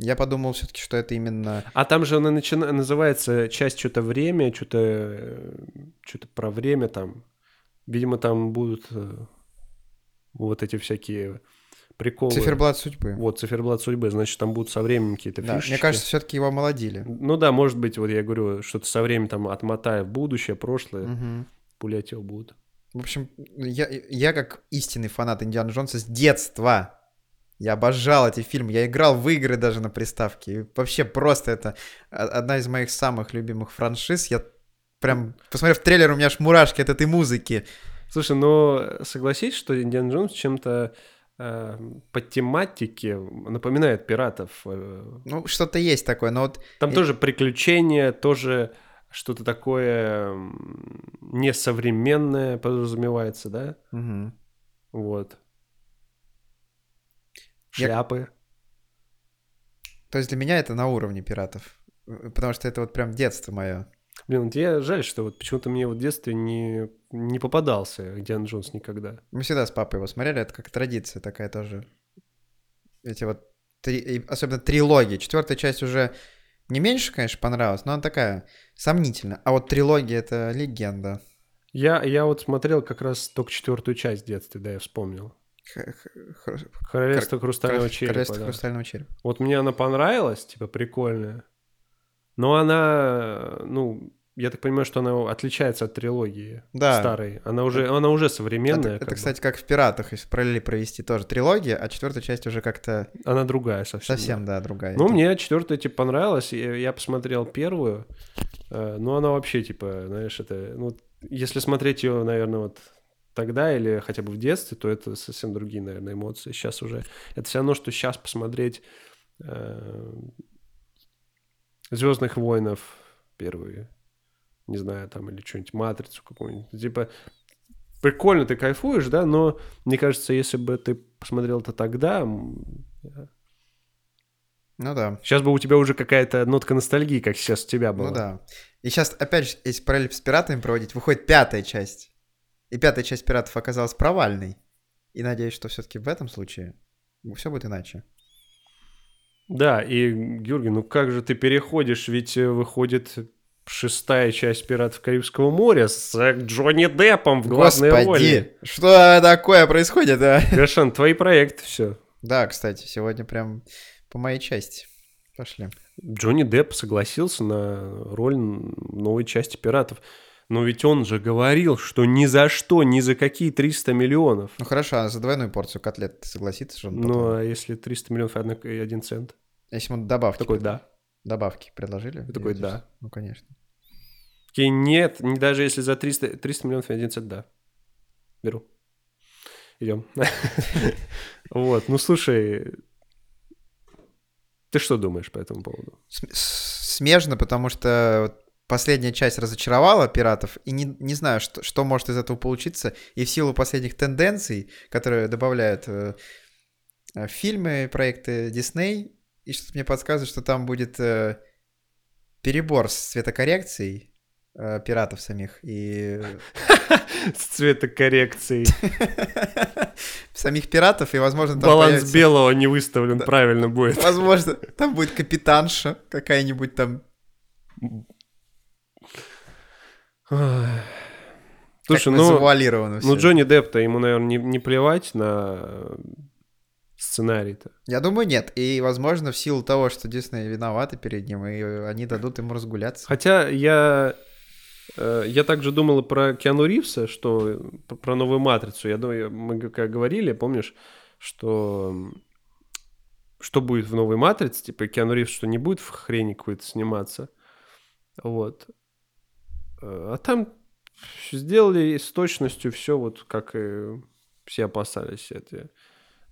S2: Я подумал все-таки, что это именно...
S1: А там же она начина... называется часть что-то время, что-то что-то про время там. Видимо, там будут э, вот эти всякие приколы.
S2: Циферблат судьбы.
S1: Вот, циферблат судьбы, значит, там будут со временем какие-то
S2: Да,
S1: фишечки.
S2: мне кажется, все-таки его омолодили.
S1: Ну да, может быть, вот я говорю, что-то со временем там отмотая в будущее, прошлое,
S2: Мгм.
S1: пулять его будут.
S2: В общем, я, я как истинный фанат Индиана Джонса с детства. Я обожал эти фильмы. Я играл в игры даже на приставке. И вообще просто это о- одна из моих самых любимых франшиз. Я прям, посмотрев трейлер, у меня аж мурашки от этой музыки.
S1: Слушай, но согласись, что Индиан Джонс чем-то э, по тематике напоминает пиратов. э,
S2: Ну, что-то есть такое, но вот
S1: Там
S2: И-
S1: тоже приключения, тоже что-то такое м, несовременное подразумевается, да? Вот.
S2: Я-
S1: Шляпы.
S2: То есть для меня это на уровне пиратов. Э, Потому что это вот прям детство мое.
S1: Блин, вот я жаль, что вот почему-то мне вот в детстве не, не попадался Индиана Джонс никогда.
S2: Мы всегда с папой его смотрели, это как традиция такая тоже. Эти вот, три, и особенно трилогии. Четвертая часть уже не меньше, конечно, понравилась, но она такая сомнительная. А вот трилогия — это легенда.
S1: Я, я вот смотрел как раз только четвертую часть в детстве, да, я вспомнил.
S2: Х- х- хр-
S1: Королевство хрустального
S2: Король-
S1: черепа.
S2: Королевство
S1: да.
S2: хрустального черепа.
S1: Вот мне она понравилась, типа прикольная. Но она, ну, я так понимаю, что она отличается от трилогии
S2: Да.
S1: старой. Она уже, она уже
S2: Это,
S1: современная.
S2: это,
S1: как бы.
S2: кстати, как в «Пиратах», если параллели провести, тоже трилогия, а четвертая часть уже как-то
S1: Она другая совсем.
S2: совсем, да, другая.
S1: Ну,
S2: Это-
S1: мне четвертая, типа, понравилась. Я, я посмотрел первую. э, но она вообще, типа, знаешь, это... Ну, вот если смотреть ее, наверное, вот тогда или хотя бы в детстве, то это совсем другие, наверное, эмоции. Сейчас уже... Это все равно, что сейчас посмотреть «Звездных войнов» первые. Не знаю, там, или что-нибудь, «Матрицу» какую-нибудь. Типа, прикольно ты кайфуешь, да, но мне кажется, если бы ты посмотрел это тогда, м,
S2: Ну да.
S1: Сейчас бы у тебя уже какая-то нотка ностальгии, как сейчас у тебя была.
S2: Ну да. И сейчас, опять же, если параллель с пиратами проводить, выходит пятая часть. И пятая часть пиратов оказалась провальной. И надеюсь, что все-таки в этом случае все будет иначе.
S1: Да, и, Георгий, ну как же ты переходишь? Ведь э, выходит шестая часть «Пиратов Карибского моря» с э, Джонни Деппом в главной роли.
S2: Господи, что такое происходит, а?
S1: Гошан, твои проекты, все.
S2: Да, кстати, сегодня прям по моей части. Пошли.
S1: Джонни Депп согласился на роль новой части «Пиратов». Но ведь он же говорил, что ни за что, ни за какие 300 миллионов.
S2: Ну хорошо, а за двойную порцию котлет ты согласится, что он
S1: Ну, а если 300 миллионов и одна- и один цент?
S2: Если ему добавки,
S1: Такой,
S2: пред-
S1: да.
S2: добавки предложили.
S1: Ты такой,
S2: я
S1: да.
S2: надеюсь. Ну, конечно.
S1: Такие, нет, не даже если за 300, 300 миллионов и один цент, да. Беру. Идем. Вот, ну слушай, ты что думаешь по этому поводу?
S2: См- с- Смежно, потому что вот последняя часть разочаровала пиратов, и не, не знаю, что, что может из этого получиться. И в силу последних тенденций, которые добавляют э, э, фильмы, проекты Дисней, и что-то мне подсказывает, что там будет э, перебор с цветокоррекцией э, пиратов самих и
S1: С цветокоррекцией.
S2: самих пиратов, и, возможно, там
S1: Баланс
S2: появится-
S1: белого не выставлен правильно будет.
S2: Возможно, там будет капитанша какая-нибудь там.
S1: Слушай,
S2: Слушай,
S1: ну...
S2: завуалировано
S1: Ну,
S2: всё.
S1: Джонни Депп-то ему, наверное, не, не плевать на сценарий-то.
S2: Я думаю, нет. И, возможно, в силу того, что Дисней виноваты перед ним, и они дадут ему разгуляться.
S1: Хотя я... э, Я также думал и про Киану Ривза, что э, п- про новую матрицу. Я думаю, мы г- как говорили, помнишь, что м, что будет в новой матрице, типа Киану Ривз, что не будет в хрени какой-то сниматься. Вот. Э, А там сделали с точностью все вот как и все опасались. Это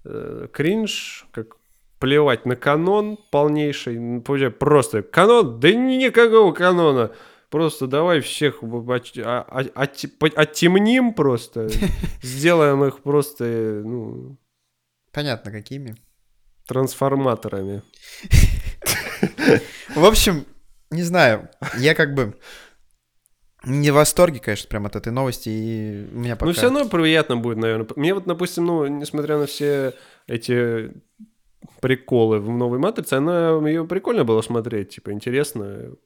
S1: э, кринж, как плевать на канон полнейший. М, вообще просто канон, да никакого канона. Просто давай всех в- в- оч- а- а- отте- по- оттемним просто. Сделаем их просто э, ну,
S2: Понятно, какими.
S1: трансформаторами.
S2: В общем, не знаю. Я как бы не в восторге, конечно, прям от этой новости. И у меня пока...
S1: Ну, все равно приятно будет, наверное. Мне вот, допустим, ну, несмотря на все эти приколы в новой матрице, она ее прикольно было смотреть, типа, интересно.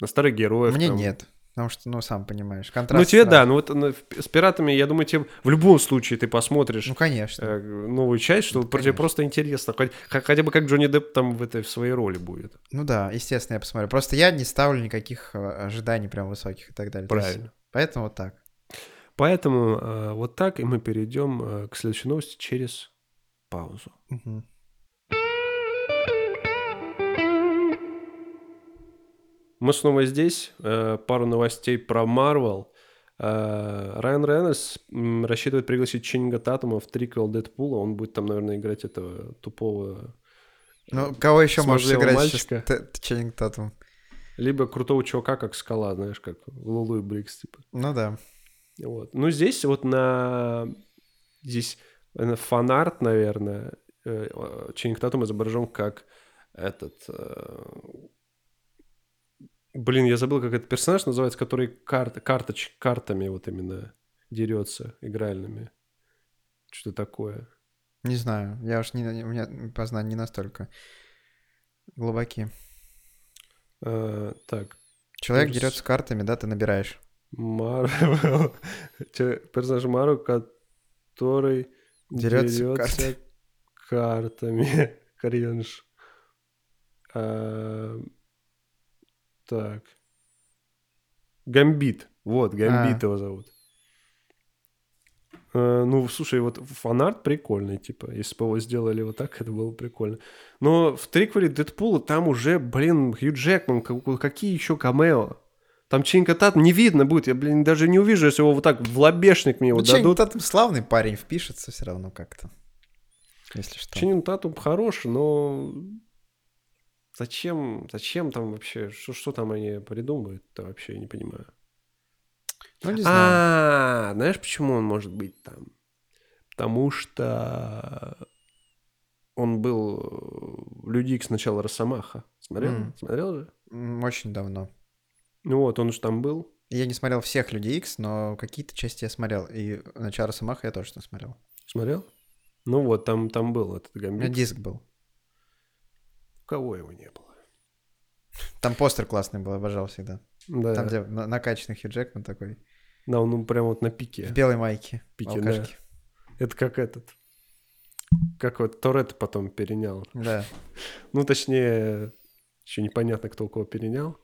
S1: На старых героев.
S2: Мне
S1: там.
S2: нет. Потому что, ну, сам понимаешь, контраст...
S1: Ну, тебе
S2: сразу.
S1: да, ну вот ну, в- с пиратами, я думаю, тебе в любом случае ты посмотришь
S2: Ну, конечно.
S1: э, новую часть, что
S2: Ну,
S1: про- тебе
S2: конечно.
S1: просто интересно. Хоть- х- хотя бы как Джонни Депп там в этой в своей роли будет.
S2: Ну да, естественно, я посмотрю. Просто я не ставлю никаких э, ожиданий прям высоких и так далее. То есть,
S1: Правильно.
S2: поэтому вот так.
S1: Поэтому э, вот так, и мы перейдем э, к следующей новости через паузу.
S2: Мгм.
S1: Мы снова здесь. Э, Пару новостей про Марвел. Э, Райан Рейнольдс м, рассчитывает пригласить Ченнинга Татума в триквел Дэдпула. Он будет там, наверное, играть этого тупого...
S2: Ну, кого еще может
S1: Смазливого
S2: сыграть
S1: мальчика.
S2: сейчас Т- Т- Ченнинг Татум?
S1: Либо крутого чувака, как Скала, знаешь, как в Лулу и Брикс, типа.
S2: Ну да.
S1: Вот. Ну, здесь вот на... Здесь э, на фанарт, наверное, э, э, Ченнинг Татум изображен как этот... э, Блин, я забыл, как этот персонаж называется, который карт, карточ, картами вот именно дерется, игральными. Что-то такое.
S2: Не знаю, я уж не, у меня познания не настолько глубоки.
S1: Э, так,
S2: Человек
S1: Ужас.
S2: дерется картами, да, ты набираешь.
S1: Марвел. Че- Персонаж Марвел, который
S2: Дерется
S1: дерется
S2: карты.
S1: картами. Кринж. А, Так. Гамбит. Вот, Гамбит
S2: А.
S1: его зовут. Э, Ну, слушай, вот фанарт прикольный, типа. Если бы его сделали вот так, это было бы прикольно. Но в триквеле Дэдпула там уже, блин, Хью Джекман, ка- какие еще камео? Там Чинка Тат не видно будет. Я, блин, даже не увижу, если его вот так в лобешник мне его
S2: ну, Ченнинг
S1: дадут.
S2: Татум славный парень, впишется все равно как-то. Если что.
S1: Чинин Татум хорош, но зачем, зачем там вообще, что, что там они придумывают-то вообще, я не понимаю.
S2: Ну, не знаю.
S1: А, знаешь, почему он может быть там? Потому что он был э, в Люди Икс начала Росомаха. Смотрел?
S2: М.
S1: Смотрел же?
S2: М, Очень давно.
S1: Ну вот, он же там был.
S2: Я не смотрел всех Людей Икс, но какие-то части я смотрел. И Начало Самаха я точно смотрел.
S1: Смотрел? Ну вот, там, там был этот
S2: У меня
S1: гамбит.
S2: диск был.
S1: У кого его не было?
S2: Там постер классный был, обожал всегда.
S1: Да,
S2: Там, где на- накачанный Хью Джекман такой.
S1: да, он ну, прям вот на
S2: В
S1: пике.
S2: белой майке.
S1: Пике,
S2: в алкашке.
S1: Это как этот. Как вот Торетто потом перенял.
S2: Да.
S1: Ну, точнее, еще непонятно, кто у кого перенял.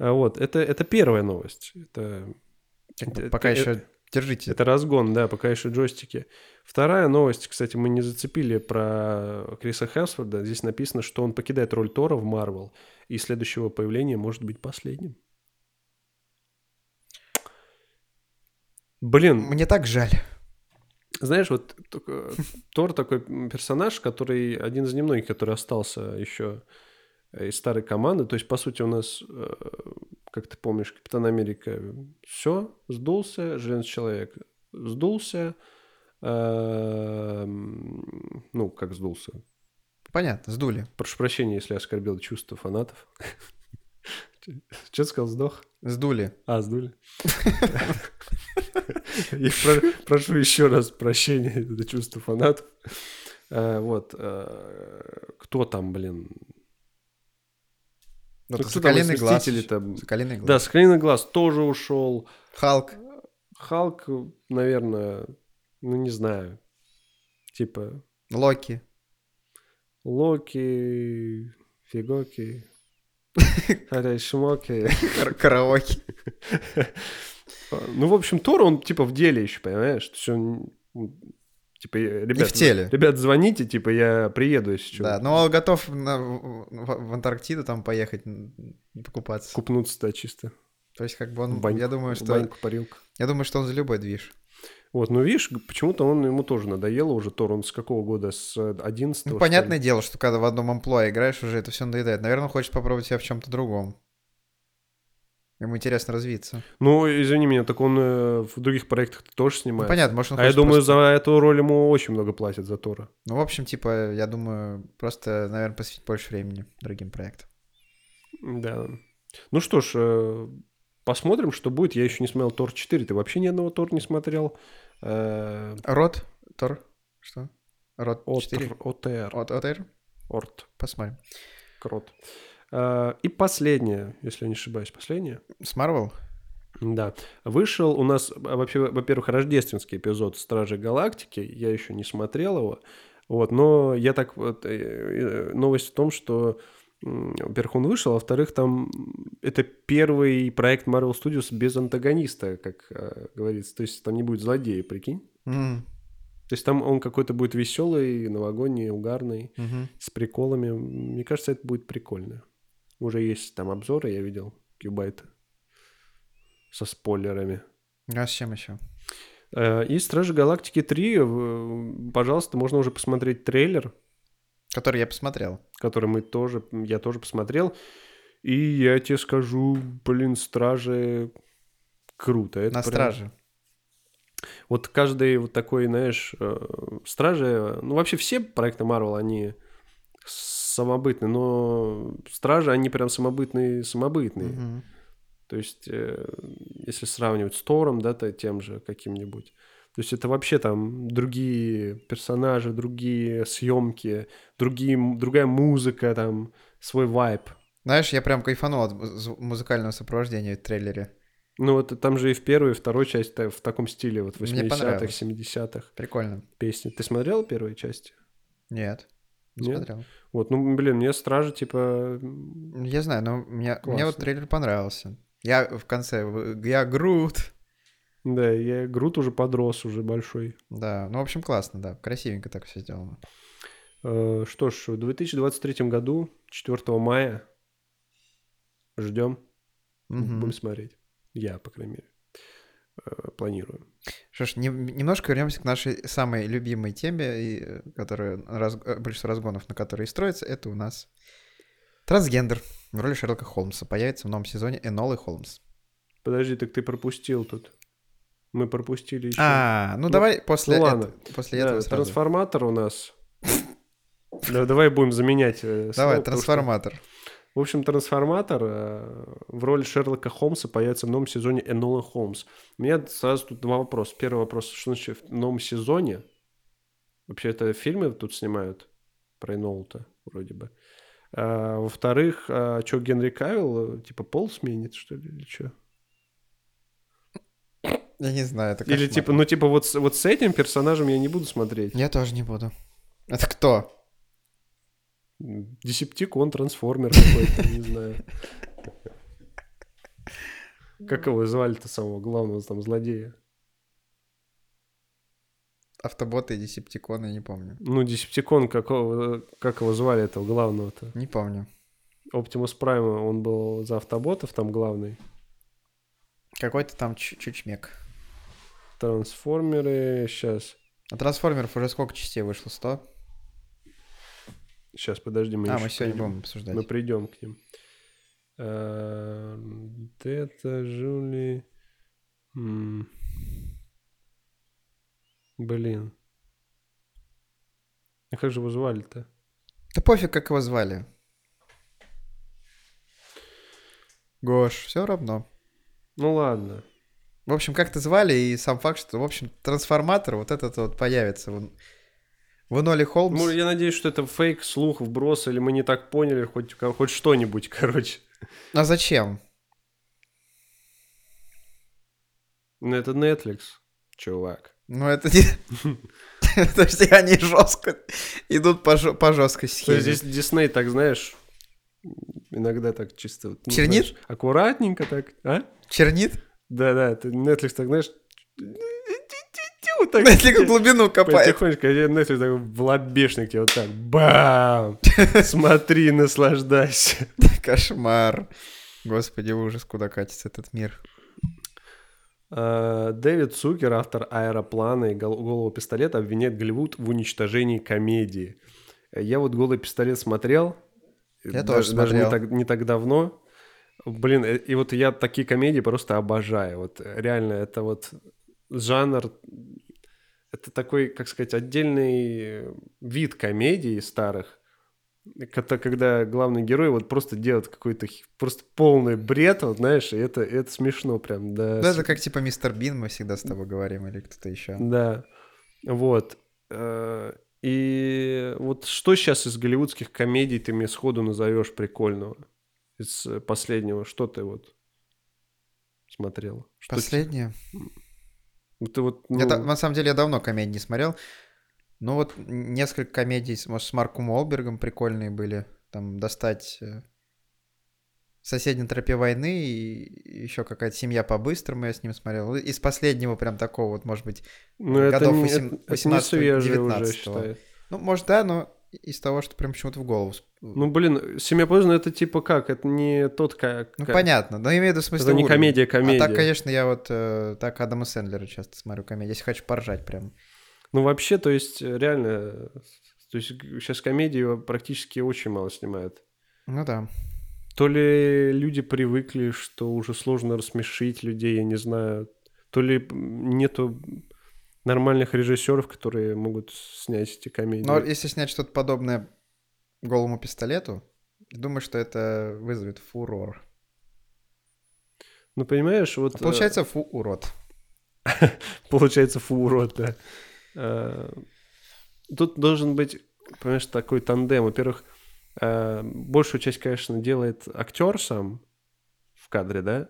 S1: А вот, это, это первая новость. Это, э,
S2: Как бы
S1: Это-
S2: Пока
S1: это-
S2: еще держите.
S1: это разгон, да, пока еще джойстики. Вторая новость, кстати, мы не зацепили про Криса Хемсворда. Здесь написано, что он покидает роль Тора в Марвел, и следующего появления может быть последним. Блин,
S2: Мне так жаль.
S1: Знаешь, вот только- Тор такой м, персонаж, который один из немногих, который остался еще из старой команды. То есть, по сути, у нас, э, как ты помнишь, Капитан Америка все, сдулся, Железный Человек сдулся, э, м, ну, как сдулся.
S2: Понятно, сдули.
S1: Прошу прощения, если я оскорбил чувства фанатов. Че ты сказал, сдох?
S2: Сдули.
S1: А, сдули. Я про- прошу еще раз прощения за чувство фанатов. Э, Вот. э, Кто там, блин?
S2: Вот
S1: Ну, кто там из
S2: соколиный глаз.
S1: «Мстителей»-то?
S2: Соколиный
S1: Да,
S2: глаз.
S1: Скрин Глаз тоже ушел.
S2: Халк.
S1: Халк, наверное, ну не знаю. Типа
S2: Локи.
S1: Локи, Фигоки, Арайшмоки.
S2: Кар- Караоке.
S1: Ну, в общем, Тор, он типа в деле еще, понимаешь? То есть он, м, типа, э, ребят,
S2: в теле.
S1: Ребят, звоните, типа, я приеду, если что.
S2: Да, ну, но готов на- в в Антарктиду там поехать м, покупаться.
S1: Купнуться, да, чисто.
S2: То есть как бы он,
S1: Баньку-
S2: я думаю, что
S1: баньку, парилку.
S2: я думаю, что он за любой движ.
S1: Вот, ну видишь, г- почему-то он ему тоже надоело уже Тор. Он с какого года? С э, 11
S2: Ну, понятное дело, что когда в одном амплуа играешь, уже это все надоедает. Наверное, он хочет попробовать себя в чем-то другом. Ему интересно развиться.
S1: Ну, извини меня, так он э, в других проектах тоже
S2: Ну,
S1: снимает.
S2: понятно, может, он
S1: а я
S2: хочет
S1: думаю,
S2: просто-
S1: за эту роль ему очень много платят за Тора.
S2: Ну, в общем, типа, я думаю, просто, наверное, посвятить больше времени другим проектам.
S1: Да. Ну что ж, э, посмотрим, что будет. Я еще не смотрел Тор 4. Ты вообще ни одного Тор не смотрел. Э,
S2: Рот? Тор? Что? Рот
S1: Отр,
S2: 4?
S1: ОТР.
S2: От, Отр?
S1: Орт.
S2: Посмотрим.
S1: Крот. Э, И последнее, если я не ошибаюсь, последнее.
S2: С Марвел?
S1: Да. Вышел у нас а, вообще, во-первых, рождественский эпизод Стражи Галактики. Я еще не смотрел его. Вот, но я так вот... э, э, Новость в том, что м, во-первых, он вышел, а во-вторых, там м, это первый проект Marvel Studios без антагониста, как э, говорится. То есть там не будет злодея, прикинь.
S2: М,
S1: То есть там он какой-то будет веселый, новогодний, угарный
S2: мгм.
S1: с приколами. Мне кажется, это будет прикольно. Уже есть там обзоры, я видел, кьюбайта со спойлерами.
S2: А с чем еще?
S1: Э, И «Стражи Галактики 3», э, пожалуйста, можно уже посмотреть трейлер,
S2: Который я посмотрел.
S1: который мы тоже, я тоже посмотрел. И я тебе скажу, блин, «Стражи» круто. Это
S2: На
S1: прям-
S2: страже.
S1: Вот каждый вот такой, знаешь, э, стражи, ну вообще все проекты Марвел, они самобытны, но стражи, они прям самобытные, самобытные.
S2: Мгм.
S1: То есть, э, если сравнивать с Тором, да, то тем же каким-нибудь. То есть это вообще там другие персонажи, другие съемки, другие, м- другая музыка, там свой вайб.
S2: Знаешь, я прям кайфанул от муз- музыкального сопровождения в трейлере.
S1: Ну вот там же и в первой, и второй части та- в таком стиле, вот
S2: Мне
S1: 80-х,
S2: понравилось.
S1: 70-х
S2: Прикольно.
S1: песни. Ты смотрел первые части?
S2: Нет. Не
S1: Нет?
S2: смотрел.
S1: Вот, ну, блин, мне стражи, типа... м,
S2: Я знаю, но мне, мне вот
S1: Классно.
S2: трейлер понравился. Я в конце, в- я Грут.
S1: Да, я Грут уже подрос, уже большой.
S2: Да, ну, в общем, классно, да. Красивенько так все сделано.
S1: Э, Что ж, в 2023 году, 4 мая, ждем,
S2: Мгм.
S1: будем смотреть. Я, по крайней мере, э, планирую.
S2: Что ж, не- немножко вернемся к нашей самой любимой теме, и, э, которая раз- э, большинство разгонов на которой и строится, это у нас трансгендер в роли Шерлока Холмса. Появится в новом сезоне Энолы Холмс.
S1: Подожди, так ты пропустил тут. Мы пропустили еще.
S2: А, ну,
S1: Ну,
S2: давай после,
S1: ну
S2: эт-
S1: ладно.
S2: после
S1: Да,
S2: этого сразу.
S1: трансформатор у нас. Да, давай будем заменять. э, слово,
S2: Давай,
S1: потому что-
S2: трансформатор.
S1: В общем, трансформатор э, в роли Шерлока Холмса появится в новом сезоне Энола Холмс. У меня сразу тут два вопроса. Первый вопрос, что значит в новом сезоне? Вообще это фильмы тут снимают про Энолу-то вроде бы. А, во-вторых, а, что Генри Кавилл, э, типа, пол сменит, что ли, или что?
S2: Я не знаю, это
S1: Или
S2: кошмар.
S1: типа, ну типа вот, с- вот с этим персонажем я не буду смотреть.
S2: Я тоже не буду. Это кто?
S1: Десептикон, трансформер какой-то, не знаю. Как его звали-то самого главного там злодея?
S2: Автоботы и Десептиконы, я не помню.
S1: Ну, Десептикон, какого, как его звали этого главного-то?
S2: Не помню.
S1: Оптимус Прайма, он был за автоботов там главный.
S2: Какой-то там чу- чучмек.
S1: Трансформеры, сейчас.
S2: А трансформеров уже сколько частей вышло? 100?
S1: Сейчас, подожди, мы
S2: а,
S1: ещё
S2: мы сегодня
S1: придём.
S2: будем обсуждать.
S1: Мы придем к ним. Эм, Это Жули. М. Блин. А как же его звали-то?
S2: Да пофиг, как его звали. Гош, все равно.
S1: Ну ладно.
S2: В общем, как-то звали, и сам факт, что, в общем, трансформатор вот этот вот появится. В, в Ноли Холмс.
S1: Ну, я надеюсь, что это фейк, слух, вброс, или мы не так поняли, хоть, ко- хоть что-нибудь, короче.
S2: А зачем?
S1: Ну, это Netflix, чувак.
S2: Ну, это не... То есть они жестко идут по жё- по жесткой
S1: То
S2: схеме.
S1: есть здесь Дисней, так знаешь, иногда так чисто... вот, ну,
S2: Чернит?
S1: знаешь, аккуратненько так, а?
S2: Чернит?
S1: Да-да, ты Netflix так, знаешь... вот так
S2: Знаете, как глубину копает.
S1: Потихонечку, а тебе Netflix такой в лобешник тебе вот так, бам! Смотри, наслаждайся.
S2: Кошмар. Господи, ужас, куда катится этот мир.
S1: А, Дэвид Цукер, автор «Аэроплана» и «Гол- «Голого пистолета», обвиняет Голливуд в уничтожении комедии. Я вот «Голый пистолет» смотрел.
S2: Я
S1: даже-
S2: тоже
S1: Даже не
S2: смотрел.
S1: так, не так давно. Блин, э, и вот я такие комедии просто обожаю. Вот э, реально, это вот жанр... Это такой, как сказать, отдельный э, вид комедий старых, Кото- когда главный герой вот просто делает какой-то хи- просто полный бред, вот знаешь, и это, это смешно прям. Да,
S2: Ну, это как типа мистер Бин, мы всегда с тобой говорим, или кто-то еще.
S1: да. Вот. Э, И вот что сейчас из голливудских комедий ты мне сходу назовешь прикольного? Из э, последнего, что ты вот смотрела? Что
S2: Последнее.
S1: те- Ты вот,
S2: Я
S1: ну,
S2: та- на самом деле я давно комедии не смотрел. Ну вот н- несколько комедий, с- может, с Марком Олбергом прикольные были. Там достать э, соседней тропе войны и еще какая-то семья по-быстрому я с ним смотрел. Ну, Из последнего прям такого вот, может быть,
S1: ну, это,
S2: годов
S1: не-
S2: восем-
S1: это- это не
S2: 18-го,
S1: свежее уже,
S2: 19-го.
S1: считай.
S2: ну, может, да, но из того, что прям почему-то в голову. э, всп-
S1: Ну, блин, «Семья поздно» это типа как? Это не тот, как...
S2: Ну,
S1: как-
S2: понятно, но имею в виду в смысле
S1: Это не
S2: уровень.
S1: комедия-комедия.
S2: А так, конечно, я вот э, так Адама Сэндлера часто смотрю комедии, если хочу поржать прям.
S1: Ну, вообще, то есть, э, реально... э, То есть, г- сейчас комедии практически очень мало снимают.
S2: Ну да.
S1: То ли люди привыкли, что уже сложно рассмешить людей, я не знаю. То ли м, нету нормальных режиссеров, которые могут снять эти комедии.
S2: Но если снять что-то подобное голому пистолету, думаю, что это вызовет фурор.
S1: Ну, понимаешь, вот...
S2: А
S1: э,
S2: получается фу урод.
S1: получается фу, урод, да. Э, Тут должен быть, понимаешь, такой тандем. Во-первых, э, большую часть, конечно, делает актер сам в кадре, да,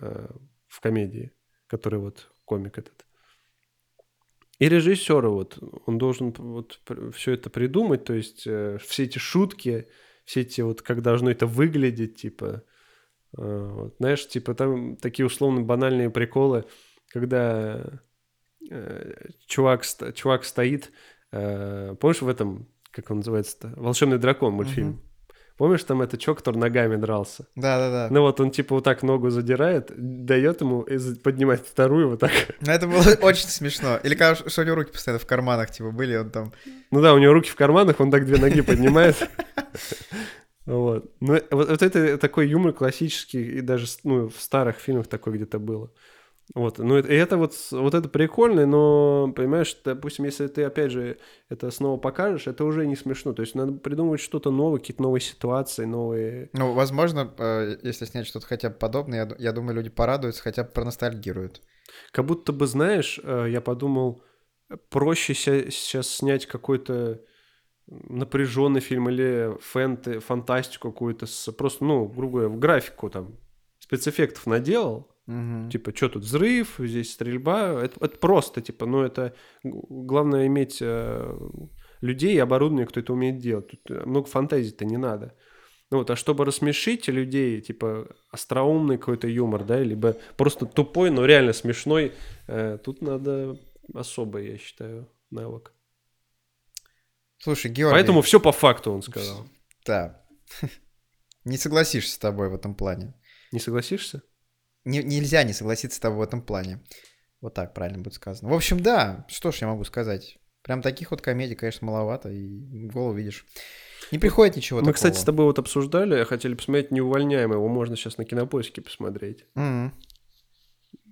S1: э, в комедии, который вот комик этот. И режиссер вот, он должен вот все это придумать, то есть э, все эти шутки, все эти вот, как должно это выглядеть, типа, э, вот, знаешь, типа там такие условно банальные приколы, когда э, чувак, ст- чувак стоит, э, помнишь в этом, как он называется-то, «Волшебный дракон» мультфильм?
S2: Мгм.
S1: Помнишь, там это чувак, который ногами дрался?
S2: Да-да-да.
S1: Ну вот он типа вот так ногу задирает, дает ему и за- поднимает вторую вот так.
S2: Но это было очень смешно. Или когда ш- что у него руки постоянно в карманах, типа, были, он там...
S1: Ну да, у него руки в карманах, он так две ноги поднимает. Вот. Ну, вот, вот это такой юмор классический, и даже с- ну, в старых фильмах такое где-то было. Вот, ну это, и это вот, с- вот это прикольно, но, понимаешь, допустим, если ты, опять же, это снова покажешь, это уже не смешно. То есть надо придумывать что-то новое, какие-то новые ситуации, новые...
S2: Ну, возможно, э, если снять что-то хотя бы подобное, я, ду- я думаю, люди порадуются, хотя бы проностальгируют.
S1: Как будто бы, э, знаешь, э, я подумал, проще сейчас снять какой-то напряженный фильм или фэнте, фантастику какую-то, с, просто, ну, грубо говоря, в графику там спецэффектов наделал,
S2: Мгм.
S1: Типа, что тут взрыв, здесь стрельба. Это, это просто, типа, ну это г- главное иметь э, людей и оборудование, кто это умеет делать. Тут э, много фантазии-то не надо. Ну вот, а чтобы рассмешить людей, типа, остроумный какой-то юмор, да, либо просто тупой, но реально смешной, э, тут надо особый, я считаю, навык.
S2: Слушай, Георгий...
S1: Поэтому все по факту, он сказал.
S2: Да. Не согласишься с тобой в этом плане.
S1: Не согласишься?
S2: Не- нельзя не согласиться с тобой в этом плане. Вот так правильно будет сказано. В общем, да, что ж я могу сказать. Прям таких вот комедий, конечно, маловато, и в голову видишь. Не приходит ничего
S1: Ну, Мы, кстати, с
S2: такого.
S1: тобой вот обсуждали, хотели посмотреть «Неувольняемого». Можно сейчас на кинопоиске посмотреть.
S2: Мгм.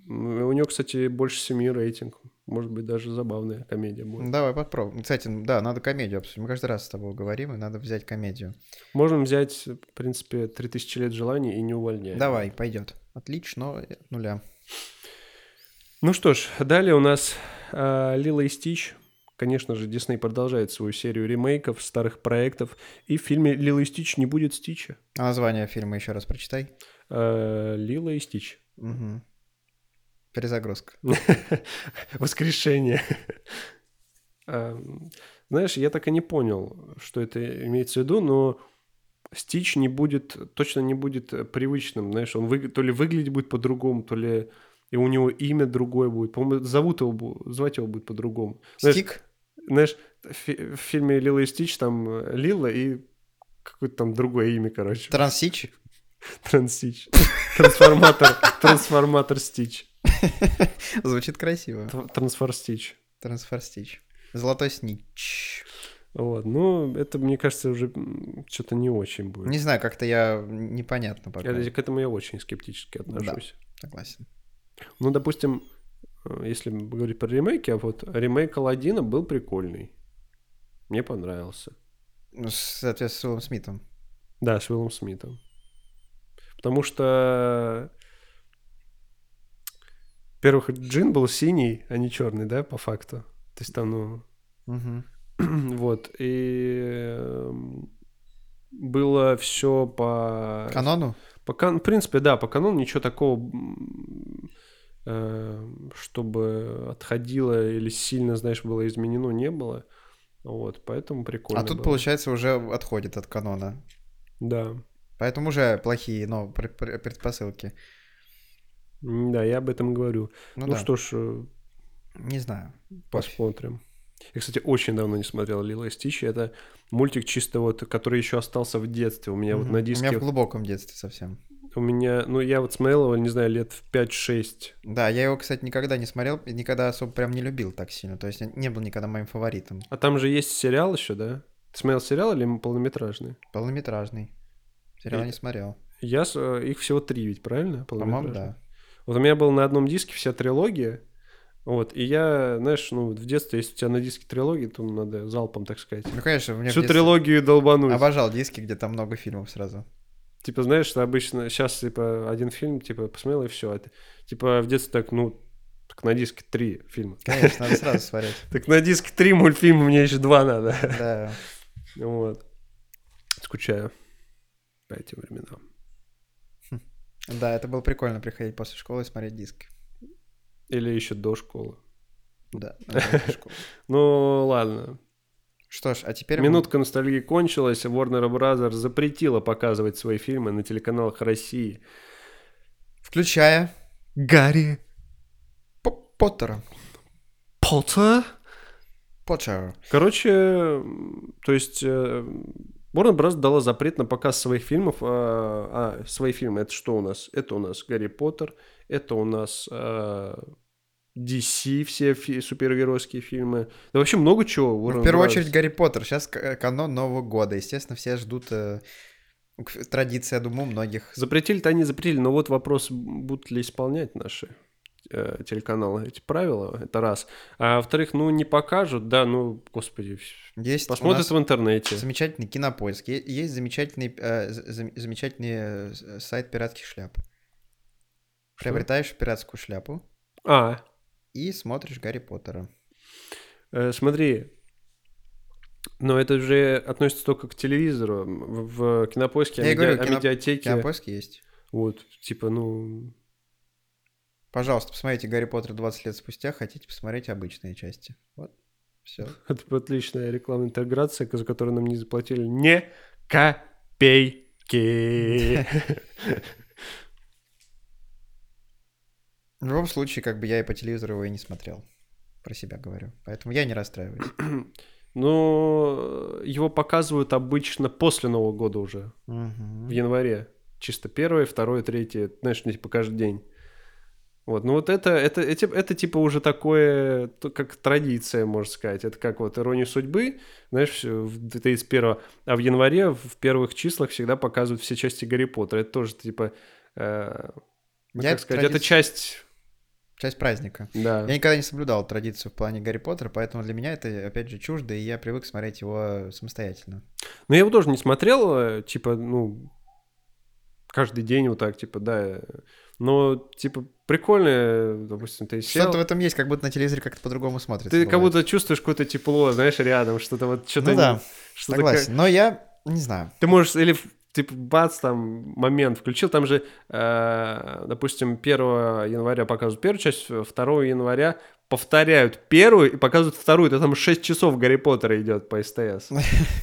S1: М, У него, кстати, больше семи рейтинг. Может быть, даже забавная комедия будет.
S2: Давай попробуем. Кстати, да, надо комедию обсудить. Мы каждый раз с тобой говорим, и надо взять комедию.
S1: Можем взять, в принципе, 3000 лет желаний и не увольняем.
S2: Давай, пойдет. Отлично, э, нуля.
S1: Ну что ж, далее у нас а, Лила и Стич. Конечно же, Дисней продолжает свою серию ремейков, старых проектов. И в фильме Лила и Стич не будет Стича.
S2: А название фильма еще раз прочитай.
S1: А, Лила и Стич.
S2: Мгм. Перезагрузка.
S1: Воскрешение. А, Знаешь, я так и не понял, что это имеется в виду, но Стич не будет, точно не будет э, привычным, знаешь, он выгля- то ли выглядеть будет по-другому, то ли и у него имя другое будет. По-моему, зовут его, бу- звать его будет по-другому. Знаешь,
S2: Стик?
S1: Знаешь, фи- в фильме «Лила и Стич» там э, Лила и какое-то там другое имя, короче.
S2: Трансич?
S1: Трансич. Трансформатор. Трансформатор Стич.
S2: Звучит красиво.
S1: Тв- Трансфор Стич.
S2: Трансфорстич. Золотой снич.
S1: Вот, ну, это, мне кажется, уже м, что-то не очень будет.
S2: Не знаю, как-то я непонятно пока.
S1: Я- к этому я очень скептически отношусь.
S2: Согласен.
S1: Ну, допустим, э, если говорить про ремейки, а вот ремейк Алладина был прикольный. Мне понравился.
S2: Ну, с- Соответственно, с Уиллом Смитом.
S1: Да, с Уиллом Смитом. Потому что... Во-первых, джин был синий, а не черный, да, по факту. То есть там, ну,
S2: Мгм.
S1: вот, и эм, было все по...
S2: Канону? А
S1: По кан- В принципе, да, по канону ничего такого, м, э, чтобы отходило или сильно, знаешь, было изменено, не было. Вот, поэтому прикольно.
S2: а тут,
S1: было.
S2: получается, уже отходит от канона.
S1: Да.
S2: Поэтому уже плохие, но пр- пр- предпосылки.
S1: М, Да, я об этом говорю.
S2: Ну,
S1: Ну,
S2: да.
S1: что ж, э,
S2: Не знаю.
S1: посмотрим. Я, кстати, очень давно не смотрел Лила и Стич. Это мультик чисто вот, который еще остался в детстве. У меня вот
S2: Мгм.
S1: на
S2: У
S1: диске...
S2: меня в глубоком детстве совсем.
S1: У меня, ну, я вот смотрел его, не знаю, лет в 5-6.
S2: Да, я его, кстати, никогда не смотрел и никогда особо прям не любил так сильно. То есть не был никогда моим фаворитом.
S1: А там же есть сериал еще, да? Ты смотрел сериал или полнометражный?
S2: Полнометражный. Сериал
S1: И-
S2: не смотрел.
S1: Я с- э, их всего три ведь, правильно?
S2: По-моему,
S1: Полнометражных?
S2: да.
S1: Вот у меня был на одном диске вся трилогия. Вот, и я, знаешь, ну, вот в детстве, если у тебя на диске трилогия, то надо залпом, так сказать.
S2: Ну, конечно, у меня в
S1: Всю
S2: детстве А
S1: трилогию долбануть.
S2: обожал диски, где там много фильмов сразу.
S1: Типа, знаешь, что обычно сейчас, типа, один фильм, типа, посмотрел и все. типа, в детстве так, ну, так на диске три фильма.
S2: Конечно, надо сразу смотреть.
S1: Так на диске три мультфильма, мне еще два надо.
S2: Да.
S1: Вот. Скучаю по этим временам.
S2: Да, это было прикольно приходить после школы и смотреть диски.
S1: Или еще до школы.
S2: Да. надо после школы.
S1: Ну, ладно.
S2: Что ж, а теперь... мы-
S1: Минутка ностальгии кончилась. Warner Bros. запретила показывать свои фильмы на телеканалах России.
S2: Включая
S1: Гарри
S2: П- Поттера.
S1: Поттер?
S2: Поттера.
S1: Короче, м, то есть... э, Warner Bros. дала запрет на показ своих фильмов. э, А, свои фильмы, это что у нас? Это у нас Гарри Поттер, это у нас э, DC, все фи- супергеройские фильмы. Да вообще много чего.
S2: Ну,
S1: Warner
S2: в первую
S1: Bros.
S2: очередь Гарри Поттер. Сейчас э, канон Нового года. Естественно, все ждут э, к- традиции, я думаю, у многих.
S1: Запретили-то они запретили, но вот вопрос, будут ли исполнять наши э, телеканалы эти правила, это раз. А во-вторых, ну не покажут, да, ну, господи, вс-
S2: Есть у
S1: посмотрят
S2: нас
S1: в интернете.
S2: замечательный кинопоиск. е- Есть замечательный, э, з- зам- замечательный э, с- сайт пиратских шляп. Приобретаешь пиратскую шляпу
S1: А,
S2: и смотришь Гарри Поттера.
S1: э, смотри, Но это же относится только к телевизору. В, в кинопоиске, о,
S2: Я и
S1: медиа-
S2: говорю,
S1: о
S2: кино-
S1: медиатеке.
S2: Кинопоиск есть.
S1: Вот, типа, ну...
S2: Пожалуйста, посмотрите Гарри Поттер 20 лет спустя, хотите посмотреть обычные части. Вот, все.
S1: Это отличная рекламная интеграция, за которую нам не заплатили ни копейки.
S2: В любом случае, как бы я и по телевизору его и не смотрел. Про себя говорю. Поэтому я не расстраиваюсь.
S1: Но э, его показывают обычно после Нового года уже, в
S2: Мгм.
S1: январе. Чисто первое, второе, третье, знаешь, типа каждый день. Вот, ну вот это, это, эти- это типа уже такое, то, как традиция, можно сказать. Это как вот «Ирония судьбы», знаешь, всё в 31 а в январе в первых числах всегда показывают все части Гарри Поттера. Это тоже типа, э,
S2: Я
S1: как
S2: эту
S1: сказать, это
S2: традицию-
S1: часть,
S2: Часть праздника.
S1: да.
S2: Я никогда не соблюдал традицию в плане Гарри Поттера, поэтому для меня это, опять же, чуждо, и я привык смотреть его самостоятельно.
S1: Но я его тоже не смотрел, э, типа, ну, каждый день вот так, типа, да. э, Но, типа, прикольно, э, допустим, ты сел,
S2: Что-то в этом есть, как будто на телевизоре как-то по-другому смотрится.
S1: ты как
S2: бывает.
S1: будто чувствуешь какое-то тепло, знаешь, рядом, что-то вот, что-то...
S2: Ну
S1: не-
S2: да,
S1: что-то ка-
S2: согласен. Но я не знаю.
S1: Ты можешь, или, типа, бац, там, момент включил, там же, э, допустим, 1 января показывают первую часть, 2 января повторяют первую и показывают вторую, то там 6 часов Гарри Поттера идет по СТС.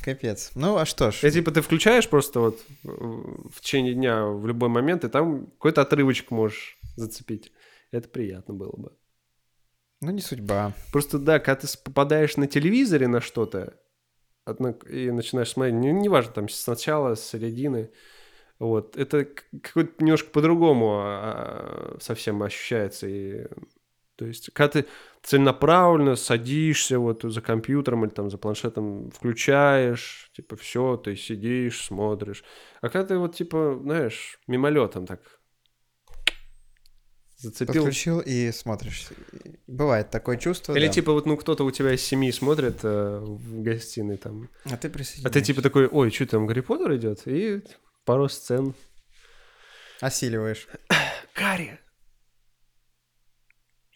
S2: Капец. Ну, а что ж.
S1: Это типа ты включаешь просто вот э, в течение дня в любой момент, и там какой-то отрывочек можешь зацепить. Это приятно было бы.
S2: Ну, не судьба.
S1: Просто да, когда ты с- попадаешь на телевизоре на что-то, однако- и начинаешь смотреть, не- неважно, там сначала, с середины, вот, это к- какой-то немножко по-другому а, совсем ощущается. И, то есть, когда ты целенаправленно садишься вот за компьютером или там за планшетом, включаешь, типа, все, ты сидишь, смотришь. А когда ты вот, типа, знаешь, мимолетом так зацепил.
S2: Подключил и смотришь. Бывает такое чувство.
S1: Или
S2: да.
S1: типа вот, ну, кто-то у тебя из семьи смотрит э, в гостиной там. А
S2: А ты
S1: ты типа
S2: присоединяешься.
S1: такой, ой, что там, Гарри Поттер идет? И пару сцен.
S2: Осиливаешь.
S1: Гарри,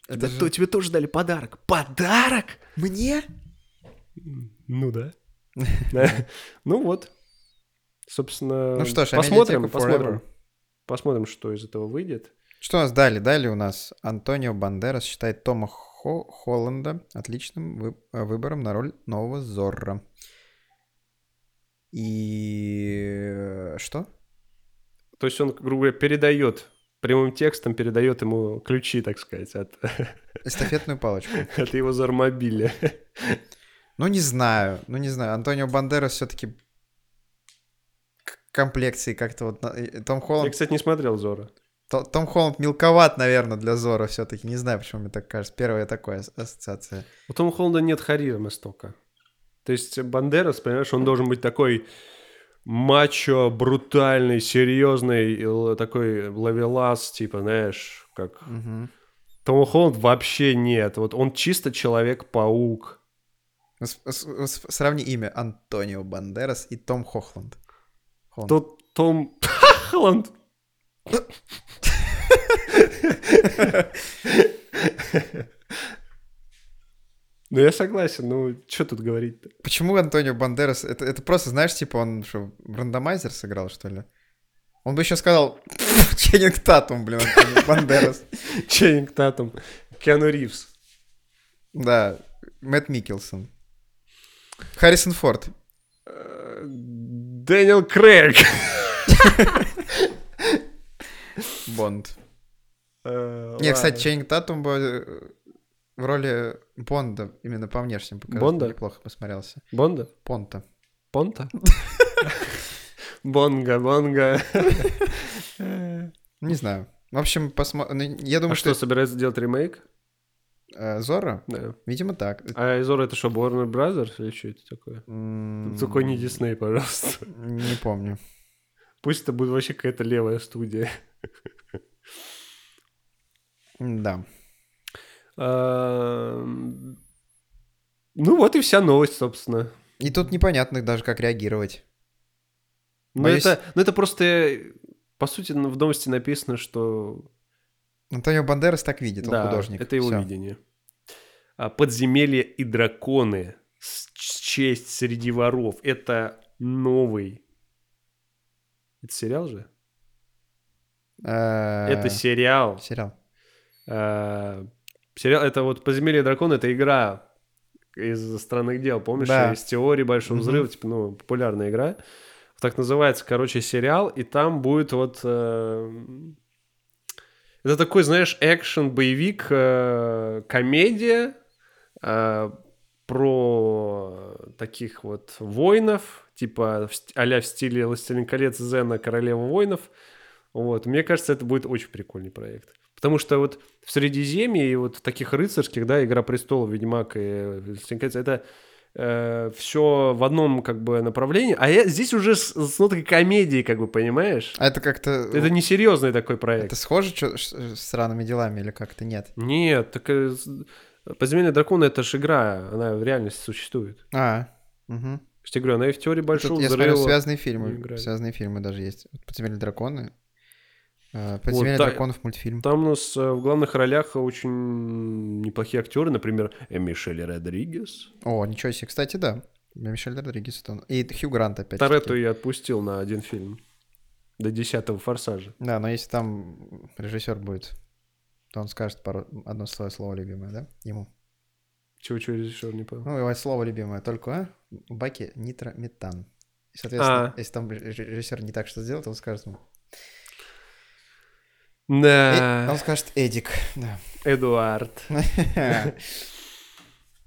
S2: Это же-
S1: тебе тоже дали подарок. Подарок?
S2: Мне?
S1: Ну да. Ну вот. Собственно,
S2: Ну что ж, а
S1: посмотрим,
S2: «Медиатека
S1: посмотрим.
S2: Forever».
S1: Посмотрим, что из этого выйдет.
S2: Что у нас дали? Дали у нас Антонио Бандерас считает Тома Хо- Холланда отличным вы- э, выбором на роль нового Зорро. И э, что?
S1: То есть он, грубо говоря, передает прямым текстом передает ему ключи, так сказать, от,
S2: Эстафетную палочку.
S1: от его зармобиля.
S2: Ну, не знаю. Ну, не знаю. Антонио Бандерас все-таки комплекции как-то вот... на- э, Том
S1: Я,
S2: Холланд...
S1: кстати, не смотрел Зора.
S2: То- Том Холланд мелковат, наверное, для Зора все-таки. Не знаю, почему мне так кажется. Первая такая ас- ассоциация.
S1: У Тома Холланда нет харизмы столько. То есть Бандерас, понимаешь, он должен быть такой мачо, брутальный, серьезный, и л- такой ловелас, типа, знаешь, как...
S2: Мгм.
S1: Тома Холланд вообще нет. Вот он чисто Человек-паук.
S2: С- с- с- Сравни имя Антонио Бандерас и Том Хохланд. Холланд.
S1: Тот Том Холланд. Ну, я согласен, ну, что тут говорить-то?
S2: Почему Антонио Бандерас? Это, это просто, знаешь, типа он что, рандомайзер сыграл, что ли? Он бы еще сказал Ченнинг Татум, блин, Антонио Бандерас.
S1: Ченнинг Татум, Киану Ривз.
S2: Да, Мэтт Микелсон. Харрисон Форд.
S1: Э, Дэниел Крейг.
S2: Бонд.
S1: Э,
S2: Не, кстати,
S1: ладно.
S2: Ченнинг Татум бы э, в роли Бонда именно по внешним показалось,
S1: Бонда?
S2: неплохо посмотрелся.
S1: Бонда?
S2: Понта.
S1: Понта? Бонга, бонга.
S2: Не знаю. В общем, посмотрим. Я думаю,
S1: А что,
S2: что,
S1: собирается делать ремейк?
S2: э, Зора,
S1: Да.
S2: видимо, так.
S1: А Изора это что, Warner Brothers или что это такое?
S2: М,
S1: Только не Дисней, пожалуйста.
S2: Не помню.
S1: Пусть это будет вообще какая-то левая студия.
S2: Да.
S1: Эм, Ну вот и вся новость, собственно.
S2: И тут непонятно даже, как реагировать.
S1: Но
S2: Боюсь-
S1: Ну, это, но это просто, э, по сути, ну, в новости написано, что
S2: Антонио Бандерас так видит, он
S1: Да,
S2: художник.
S1: Это его
S2: Всё.
S1: видение. А, Подземелья и драконы. С, с честь среди воров. Это новый. Это сериал же? Это
S2: Это
S1: сериал.
S2: Э, сериал.
S1: Э, Сериал, это вот «Подземелье дракона» — это игра из «Странных дел», помнишь?
S2: Да.
S1: Из теории Большого
S2: Мгм.
S1: Взрыва, типа, ну, популярная игра. Так называется, короче, сериал, и там будет вот... э, Это такой, знаешь, экшен-боевик, э, комедия э, про таких вот воинов, типа в ст- а-ля в стиле «Властелин колец» Зена «Королева воинов». Вот, мне кажется, это будет очень прикольный проект. Потому что вот в Средиземье и вот в таких рыцарских, да, «Игра престолов», «Ведьмак» и э, «Властелин колец» — это все в одном как бы направлении. А я, здесь уже с, с ноткой комедии, как бы, понимаешь?
S2: А это как-то...
S1: Это несерьезный такой проект.
S2: Это схоже чё- ш- с сраными делами или как-то нет?
S1: Нет, так э, с- «Подземелье дракона» — это же игра, она в реальности существует.
S2: А, угу.
S1: Я же тебе говорю, она и в теории большого
S2: Тут, я
S1: взрыва.
S2: смотрю, связанные
S1: не
S2: фильмы.
S1: играли.
S2: Связанные фильмы даже есть. Вот «Подземелье драконы». э, «Подземелье
S1: да.
S2: драконов» мультфильм.
S1: Там у нас э, в главных ролях очень неплохие актеры, например, э, Мишель Родригес.
S2: О, ничего себе. Кстати, да. Мишель Родригес. это он. И Хью Грант опять.
S1: Торетто я отпустил на один фильм. До десятого «Форсажа».
S2: Да, но если там режиссер будет, то он скажет пару, одно свое слово любимое, да? Ему.
S1: Чего-чего режиссер не понял.
S2: Ну, его слово любимое только, а? В баке нитрометан. И, соответственно,
S1: А.
S2: если там реж- режиссер не так что сделал, то он скажет ему... «Э»,
S1: Да,
S2: Он скажет Эдик. Да.
S1: Эдуард.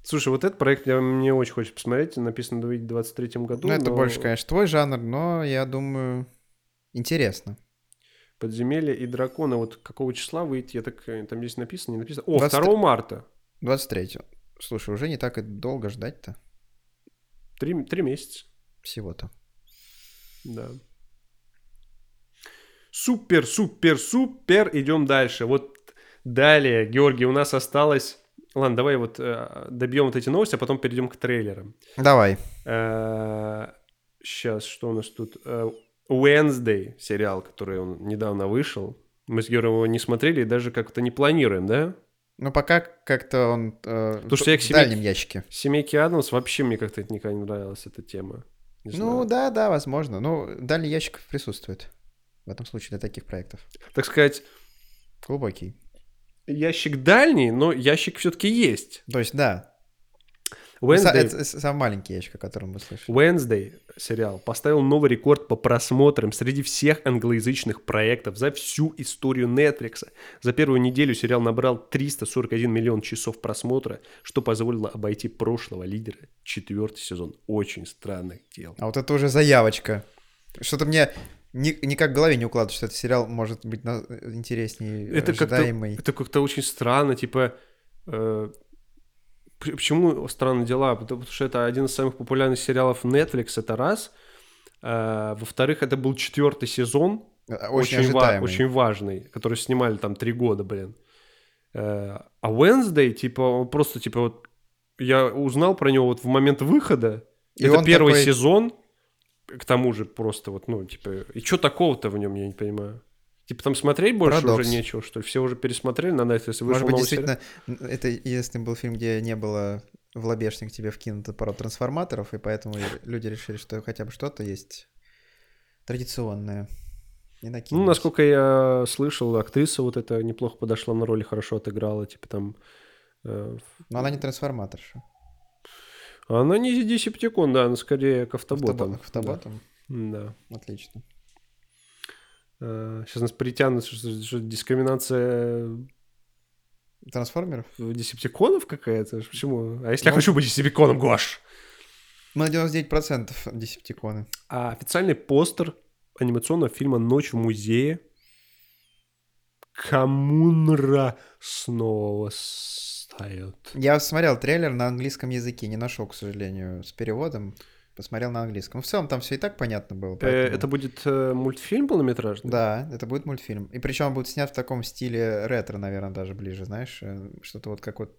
S1: Слушай, вот этот проект я, мне очень хочется посмотреть. Написано в 2023 году.
S2: Ну, это
S1: но
S2: больше, конечно, твой жанр, но я думаю, интересно.
S1: «Подземелье и драконы». Вот какого числа выйдет? Я так... э, Там здесь написано, не написано. О,
S2: 23
S1: 2 марта.
S2: 23 Слушай, уже не так и долго ждать-то
S1: Три, три месяца.
S2: всего-то.
S1: Да. Супер, супер, супер. Идем дальше. Вот далее, Георгий, у нас осталось... Ладно, давай вот э, добьем вот эти новости, а потом перейдем к трейлерам.
S2: Давай.
S1: Сейчас, что у нас тут? Э, Wednesday сериал, который он недавно вышел. Мы с Георгием его не смотрели и даже как-то не планируем, да?
S2: Ну, пока как-то он э,
S1: Потому
S2: в
S1: что я к себе-
S2: дальнем ящике.
S1: Семейки Адамс вообще мне как-то это никогда не нравилась эта тема. Не
S2: Ну,
S1: знаю.
S2: да, да, возможно. Ну, дальний ящик присутствует. В этом случае для таких проектов.
S1: Так сказать,
S2: Глубокий.
S1: ящик дальний, но ящик все-таки есть.
S2: То есть, да. Ну, са-
S1: Wednesday,
S2: это с- самый маленький ящик, о котором мы слышали.
S1: Wednesday сериал поставил новый рекорд по просмотрам среди всех англоязычных проектов за всю историю Netflix. За первую неделю сериал набрал 341 миллион часов просмотра, что позволило обойти прошлого лидера. Четвертый сезон очень странных дел.
S2: А вот это уже заявочка. Что-то мне ни- никак в голове не укладывается, что этот сериал может быть на- интереснее,
S1: Это как-то,
S2: ожидаемый.
S1: это как-то очень странно, типа... э, п- почему странные дела? Потому что это один из самых популярных сериалов Netflix, это раз. А, во-вторых, это был четвертый сезон,
S2: Очень,
S1: очень, ва-
S2: ожидаемый.
S1: очень важный, который снимали там три года, блин. Э, А Wednesday, типа, он просто, типа, вот я узнал про него вот в момент выхода.
S2: И
S1: это
S2: он
S1: первый
S2: такой-
S1: сезон, к тому же просто вот, ну, типа, и что такого-то в нем, я не понимаю. Типа там смотреть больше
S2: Парадокс.
S1: уже нечего, что ли? Все уже пересмотрели на Netflix, вышел
S2: Может быть,
S1: новый
S2: действительно, это единственный был фильм, где не было в лобешник тебе вкинуто пару трансформаторов, и поэтому люди решили, что хотя бы что-то есть традиционное. И
S1: Ну,
S2: накинулись.
S1: насколько я слышал, актриса вот эта неплохо подошла на роли, хорошо отыграла, типа там... э,
S2: Но она не трансформаторша.
S1: Она не десептикон, да, она скорее к автоботам.
S2: Автобо- Автоботом?
S1: Да. Да.
S2: Отлично.
S1: Сейчас Э, нас притянут, что, что дискриминация э,
S2: Трансформеров?
S1: десептиконов какая-то? Почему? А если я
S2: Ну.
S1: хочу быть десептиконом, Гош?
S2: Мы на 99% десептиконы.
S1: А официальный постер анимационного фильма «Ночь в музее» Камунра снова встает.
S2: Я смотрел трейлер на английском языке, не нашел, к сожалению, с переводом. Посмотрел на английском. В целом там все и так понятно было.
S1: Э,
S2: поэтому-
S1: Это будет э, мультфильм полнометражный?
S2: Да, это будет мультфильм. И причем он будет снят в таком стиле ретро, наверное, даже ближе, знаешь, э, что-то вот как вот,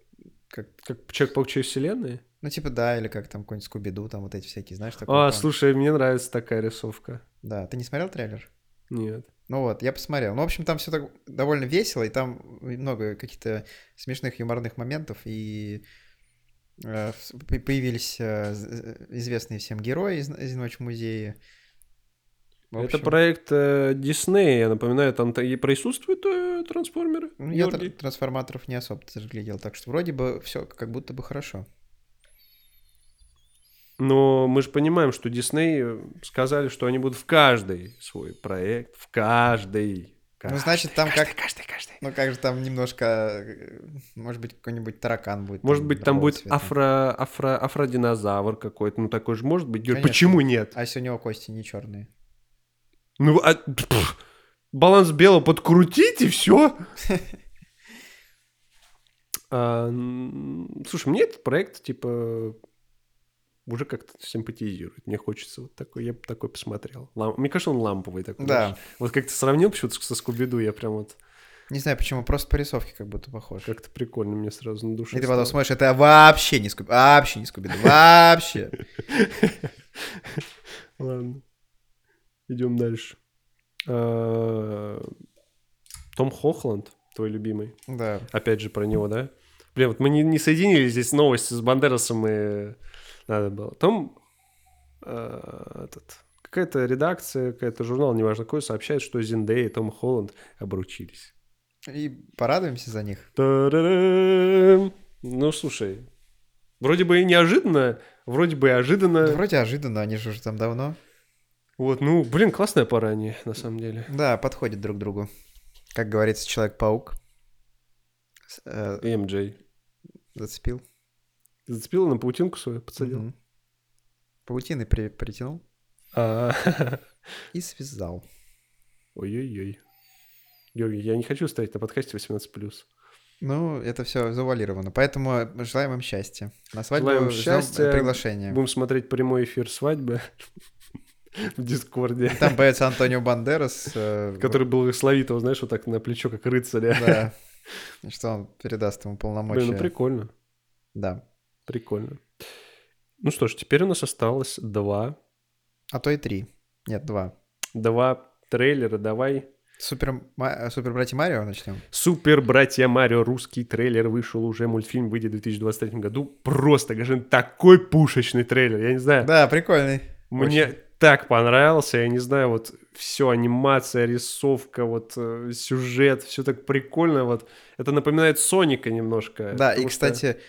S2: как,
S1: Как Человек-паук через вселенной?
S2: ну типа да, или как там какой-нибудь Скуби-Ду, там вот эти всякие, знаешь, такой.
S1: А,
S2: план.
S1: слушай, мне нравится такая рисовка.
S2: Да, ты не смотрел трейлер?
S1: Нет.
S2: Ну вот, я посмотрел. Ну, в общем, там все так довольно весело, и там много каких-то смешных юморных моментов, и э, вс- по- появились э, з- известные всем герои из, из «Ночь в музее». В
S1: Это
S2: общем,
S1: проект э, Диснея, я напоминаю, там та- и присутствуют э, трансформеры.
S2: ну, я тр-
S1: Георгий?
S2: трансформаторов не особо разглядел, так что вроде бы все как будто бы хорошо.
S1: Но мы же понимаем, что Дисней э, сказали, что они будут в каждый свой проект, в каждый.
S2: Ну, значит, там
S1: каждый,
S2: как-
S1: Каждый, каждый.
S2: Ну как же там немножко, э, может быть, какой-нибудь таракан будет.
S1: Может быть, там
S2: другого
S1: будет
S2: цвета.
S1: афро, афро, афродинозавр какой-то, ну такой же может быть. Георгий,
S2: Конечно.
S1: Почему нет?
S2: А если у него кости не черные?
S1: Ну, а, пф, баланс белого подкрутить и все. А, слушай, мне этот проект, типа, уже как-то симпатизирует. Мне хочется вот такой, я бы такой посмотрел. Лам- Мне кажется, он ламповый такой.
S2: Да.
S1: знаешь. Вот как ты сравнил почему-то со Скуби-Ду, я прям вот
S2: Не знаю почему, просто по рисовке как будто похож.
S1: как-то прикольно мне сразу на душе.
S2: И ты потом
S1: стало.
S2: смотришь, это вообще не скуби, вообще не скуби, вообще.
S1: Ладно. Идем дальше. А, Том Хохланд, твой любимый.
S2: Да.
S1: Опять же про него, да? Блин, вот мы не, не соединили здесь новости с Бандерасом и... Надо было. Том... э, этот, какая-то редакция, какая-то журнал, неважно какой, сообщает, что Зиндей и Том Холланд обручились.
S2: И порадуемся за них.
S1: Та-ра-ра! Ну, слушай, вроде бы и неожиданно, вроде бы и
S2: Да
S1: ожиданно.
S2: вроде ожиданно, они же уже там давно.
S1: Вот, ну, блин, классная пара они, на самом деле.
S2: Да, подходят друг к другу. Как говорится, Человек-паук. С- э,
S1: И МД.
S2: Зацепил.
S1: Ты зацепила на паутинку свою, подсадил?
S2: Мгм. Паутины при- притянул
S1: А,
S2: и связал.
S1: Ой-ой-ой. Георгий, я не хочу стоять на подкасте 18+.
S2: Ну, это все завуалировано. Поэтому э, желаем им счастья. На свадьбу
S1: Желаем
S2: ждем, э,
S1: счастья.
S2: приглашение.
S1: Будем смотреть прямой эфир свадьбы в Дискорде,
S2: Там появится Антонио Бандерас. э,
S1: который благословит его, знаешь, вот так на плечо, как рыцаря.
S2: Да. И Что он передаст ему
S1: Блин, ну
S2: полномочия.
S1: прикольно,
S2: Да.
S1: прикольно. Ну что ж, теперь у нас осталось два,
S2: А то и три. Нет, два.
S1: два трейлера, давай.
S2: Супер, Ма- э, Супер братья Марио начнем.
S1: Супер, братья Марио, русский трейлер вышел уже, мультфильм выйдет в 2023 году. Просто, Гажин, такой пушечный трейлер, я не знаю.
S2: Да, прикольный.
S1: Э, Мне
S2: Очень.
S1: так понравился, я не знаю, вот все анимация, рисовка, вот э, сюжет, все так прикольно, вот это напоминает Соника немножко. э,
S2: Да, и,
S1: потому что-
S2: кстати,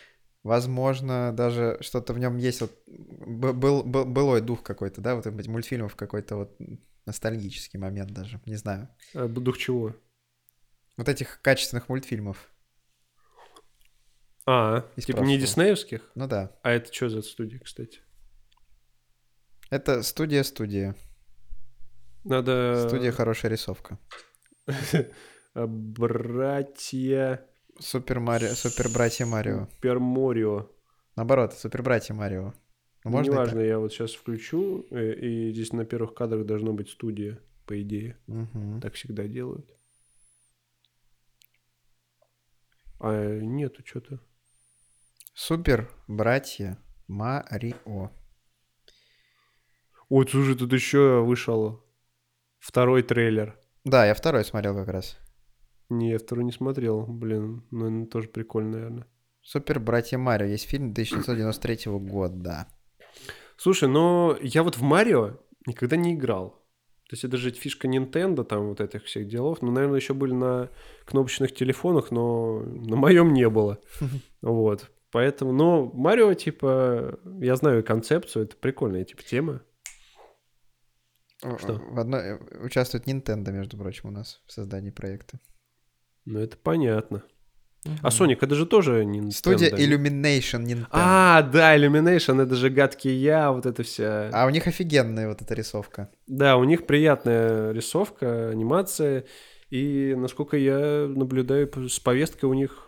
S2: возможно, даже что-то в нем есть. Вот, б- был, был, былой дух какой-то, да, вот этих мультфильмов какой-то вот ностальгический момент даже, не знаю.
S1: Э, дух чего?
S2: Вот этих качественных мультфильмов.
S1: А,
S2: Из
S1: типа не
S2: прошлого.
S1: диснеевских?
S2: Ну да.
S1: А это что за студия, кстати?
S2: Это студия-студия.
S1: Надо...
S2: Студия хорошая рисовка.
S1: Э, Братья...
S2: Супер Марио, Супер Братья Марио.
S1: Супер Морио.
S2: Наоборот, Супер Братья Марио. Ну, можно и так.
S1: Неважно, я вот сейчас включу, э, и здесь на первых кадрах должно быть студия, по идее.
S2: Мгм.
S1: Так всегда делают. А нету что-то.
S2: Супер Братья Марио.
S1: Ой, слушай, тут еще вышел второй трейлер.
S2: Да, я второй смотрел как раз.
S1: Не, я второй не смотрел, блин. Ну, он тоже прикольно, наверное.
S2: Супер Братья Марио. Есть фильм 1993 года.
S1: Слушай, но я вот в Марио никогда не играл. То есть это же фишка Nintendo, там вот этих всех делов. Ну, наверное, еще были на кнопочных телефонах, но на моем не было. Вот. Поэтому, но Марио, типа, я знаю концепцию, это прикольная, типа, тема. Что?
S2: В одной э, участвует Nintendo, между прочим, у нас в создании проекта.
S1: Ну, это понятно. А Соник, это же тоже Nintendo.
S2: Студия
S1: не?
S2: Illumination Nintendo. А,
S1: А, да, Illumination, это же гадкий я, вот это вся.
S2: А у них офигенная вот эта рисовка.
S1: Да, у них приятная рисовка, анимация, и, насколько я наблюдаю, п- с повесткой у них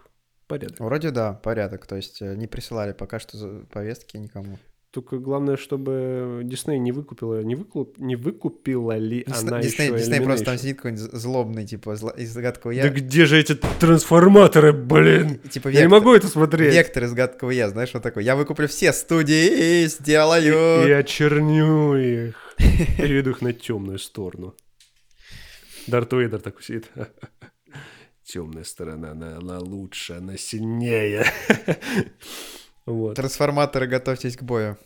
S1: порядок.
S2: Вроде да, порядок. То есть э, не присылали пока что за- повестки никому.
S1: Только главное, чтобы Дисней не выкупила, не, выкуп, не выкупила ли
S2: Дис-
S1: она
S2: Дисней,
S1: еще
S2: Дисней просто там
S1: Illumination.
S2: сидит какой-нибудь з- злобный, типа, зла- из гадкого я.
S1: Да где же эти трансформаторы, блин?
S2: И, Типа
S1: Я не
S2: Вектор.
S1: могу это смотреть.
S2: Вектор из гадкого я, знаешь, он такой. Я выкуплю все студии и сделаю.
S1: Я черню их. Переведу их на темную сторону. Дарт Вейдер так сидит. Темная сторона, она, она лучше, она сильнее. Вот.
S2: Трансформаторы, готовьтесь к бою.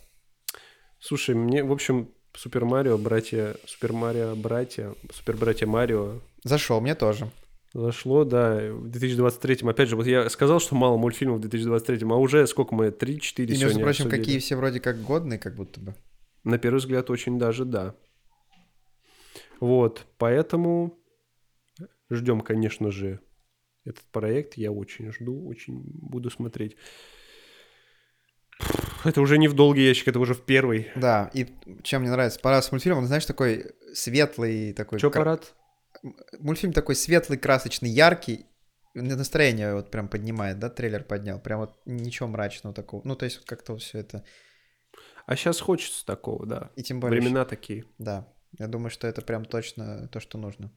S1: Слушай, мне, в общем, Супер Марио, братья, Супер Марио, братья, Супер братья Марио
S2: Зашел, мне тоже.
S1: зашло, да, в 2023 Опять же, вот я сказал, что мало мультфильмов в 2023 а уже сколько мы, 3-4
S2: И,
S1: сегодня
S2: между прочим,
S1: обсудили.
S2: какие все вроде как годные, как будто бы.
S1: На первый взгляд, очень даже да. Вот, поэтому ждем, конечно же, этот проект. Я очень жду, очень буду смотреть. Это уже не в долгий ящик, это уже в первый.
S2: Да, и чем мне нравится, пора с мультфильмом, он, знаешь, такой светлый, такой...
S1: Че,
S2: кра-
S1: парад?
S2: Мультфильм такой светлый, красочный, яркий, на- настроение вот прям поднимает, да, трейлер поднял, прям вот ничего мрачного такого. Ну, то есть вот как-то все это...
S1: А сейчас хочется такого, да.
S2: И тем более...
S1: Времена такие.
S2: Да, я думаю, что это прям точно то, что нужно.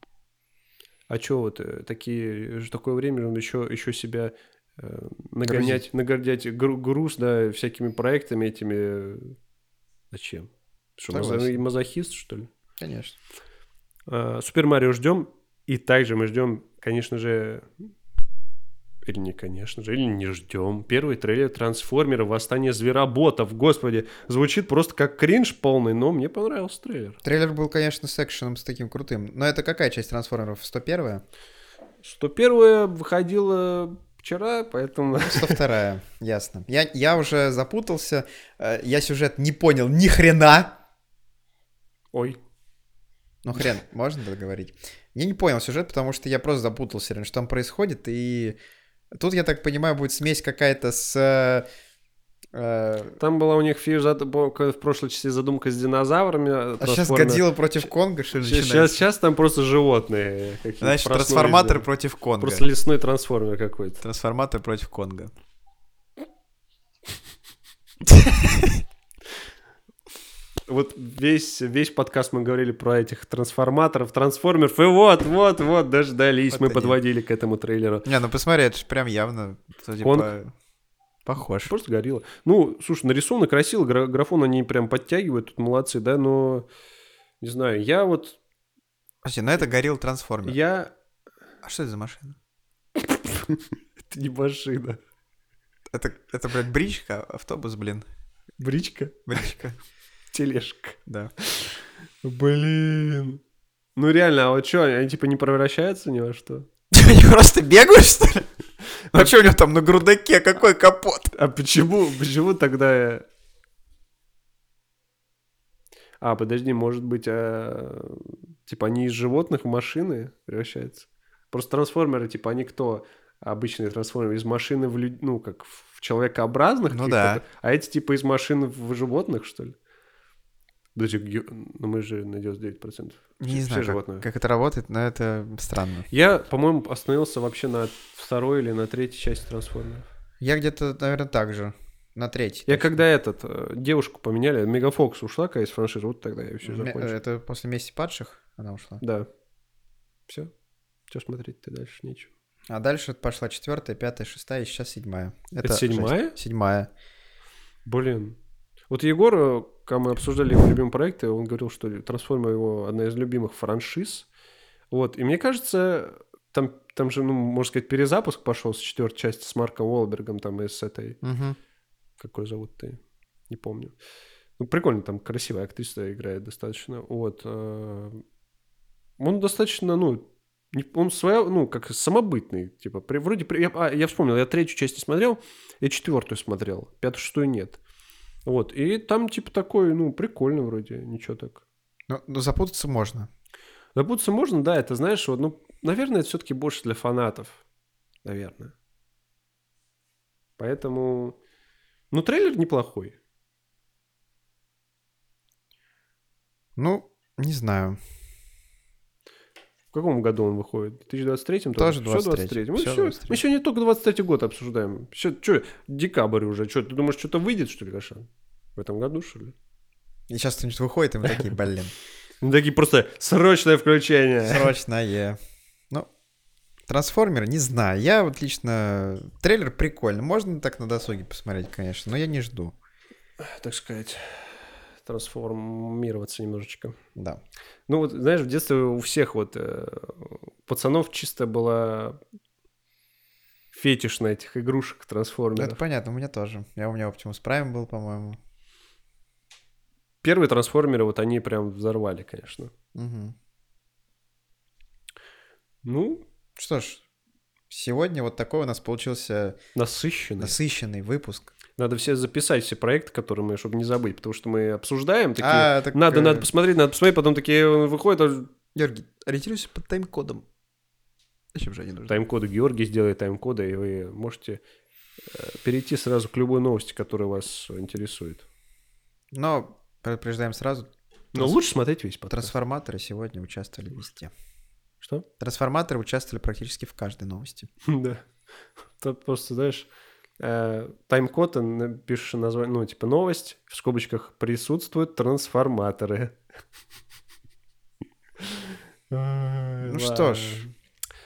S1: А чё вот э, такие, ж- такое время еще, еще себя э, нагонять, нагонять гру- груз, да, всякими проектами этими. э, Зачем? Что, мазо-
S2: Согласен.
S1: мазохист, что ли?
S2: Конечно.
S1: А, Супер Марио ждем. И также мы ждем, конечно же, или не, конечно же, или не ждем. Первый трейлер Трансформера Восстание звероботов. Господи, звучит просто как кринж полный, но мне понравился трейлер.
S2: Трейлер был, конечно, с экшеном, с таким крутым. Но это какая часть трансформеров? 101-я?
S1: 101 выходила вчера, поэтому...
S2: 102 ясно. Я, я уже запутался, э, я сюжет не понял ни хрена.
S1: Ой,
S2: Ну хрен, можно договорить? Я не понял сюжет, потому что я просто запутался, реально, что там происходит, и тут, я так понимаю, будет смесь какая-то с... э, э,
S1: там была у них фиш- зад- по- к- в прошлой части задумка с динозаврами. э,
S2: а сейчас Годзилла против Конга, что ли,
S1: Сейчас,
S2: начинается?
S1: сейчас там просто животные. какие-то
S3: Значит,
S1: проснулись,
S3: трансформатор
S1: да.
S3: против Конга.
S1: Просто лесной трансформер какой-то.
S3: Трансформатор против Конга.
S1: Вот весь, весь подкаст мы говорили про этих трансформаторов, трансформеров, и вот, вот, вот, дождались,
S3: Вот
S1: мы
S3: они.
S1: подводили к этому трейлеру.
S3: Не, ну посмотри, это же прям явно, судя
S1: Конг.
S2: типа,
S3: по- Похож.
S1: Просто горилла. Ну, слушай, нарисовано красиво, гра- графон они прям подтягивают, тут молодцы, да, но, не знаю, я вот,
S3: Слушай, ну это горилл трансформер.
S1: я...
S3: А что это за машина?
S1: Это не машина.
S3: Это, это, блядь, бричка, автобус, блин.
S1: Бричка,
S3: Бричка,
S1: тележка.
S3: да.
S1: Блин. Ну реально, а вот что, они типа не превращаются ни во что?
S3: Они просто бегают, что ли? А что у него там на грудаке? Какой капот?
S1: А почему, почему тогда... я- А, подожди, может быть, а, типа они из животных в машины превращаются? Просто трансформеры, типа, они кто? Обычные трансформеры из машины в люд... ну, как в человекообразных?
S3: Ну
S1: каких-то?
S3: да.
S1: А эти, типа, из машин в животных, что ли? Подожди, ю- ну мы же на 99%. Все-
S3: Не
S1: все
S3: знаю,
S1: животные.
S3: как, как это работает, но это странно.
S1: Я, по-моему, остановился вообще на второй или на третьей части трансформеров.
S2: Я где-то, наверное, так же, на треть.
S1: Я когда этот, э, девушку поменяли, Мегафокс ушла, какая из франшизы, вот тогда я
S2: э,
S1: все закончил.
S2: Это после «Мести падших» она ушла.
S1: Да. Все. Что смотреть-то дальше? Нечего.
S2: А дальше пошла четвертая, пятая, шестая и сейчас седьмая.
S1: Это седьмая?
S2: жесть. Седьмая.
S1: Блин. Вот Егор, э, когда мы обсуждали его любимые проекты, он говорил, что Трансформер его одна из любимых франшиз. Вот. И мне кажется, там, там же, ну, можно сказать, перезапуск пошел с четвертой части с Марком Уолбергом, там, и с этой
S2: Мгм.
S1: какой зовут ты, не помню. Ну, прикольно, там красивая актриса играет достаточно. Вот. э, Он достаточно, ну, не- он своя, ну, как самобытный, типа, при- вроде, при- я, а, я вспомнил, я третью часть не смотрел, я четвертую смотрел, пятую, шестую нет. Вот, и там, типа, такой, ну, прикольно вроде, ничего так.
S2: Ну, ну, запутаться можно.
S1: Запутаться можно, да, это, знаешь, вот, ну, наверное, это все-таки больше для фанатов, наверное. Поэтому, ну, трейлер неплохой.
S2: Ну, не знаю.
S1: В каком году он выходит? В 2023
S2: Тоже
S1: Всё
S2: 23.
S1: 23-м. Мы,
S2: Всё
S1: всё-
S2: 23.
S1: мы еще не только 23 год обсуждаем. Все, что, декабрь уже. Что, ты думаешь, что-то выйдет, что ли, Каша? В этом году, что ли?
S2: И сейчас кто-нибудь выходит, и мы такие, блин,
S1: Ну, такие просто срочное включение.
S2: срочное. Ну, трансформер, не знаю. Я вот лично... Трейлер прикольный. Можно так на досуге посмотреть, конечно, но я не жду.
S1: Так сказать, трансформироваться немножечко.
S2: Да.
S1: Ну, вот, знаешь, в детстве у всех вот э, пацанов чисто была фетиш на этих игрушек
S2: Ну, это
S1: трансформеров.
S2: понятно, у меня тоже. Я у меня Optimus Prime был, по-моему.
S1: Первые трансформеры, вот они прям взорвали, конечно.
S2: Мгм.
S1: Ну,
S2: Что ж, сегодня вот такой у нас получился
S1: насыщенно.
S2: насыщенный выпуск.
S1: Надо все записать, все проекты, которые мы, чтобы не забыть, потому что мы обсуждаем такие...
S2: А, так,
S1: надо,
S2: э,
S1: надо посмотреть, надо посмотреть, потом такие э, выходят, а
S3: Георгий, ориентируйся под тайм-кодом. Зачем же они нужны?
S1: тайм-коды Георгий сделает тайм-коды, и вы можете э, перейти сразу к любой новости, которая вас интересует.
S2: Но предупреждаем сразу,
S1: Но
S2: Трансф-
S1: лучше смотреть весь подкаст.
S2: трансформаторы сегодня участвовали везде.
S1: Что?
S2: Трансформаторы участвовали практически в каждой новости.
S1: Да. Тут просто, знаешь, э, тайм-код, э, на- пишешь название, ну, типа, новость, в скобочках присутствуют трансформаторы.
S2: Ну
S1: Ну
S2: что ж,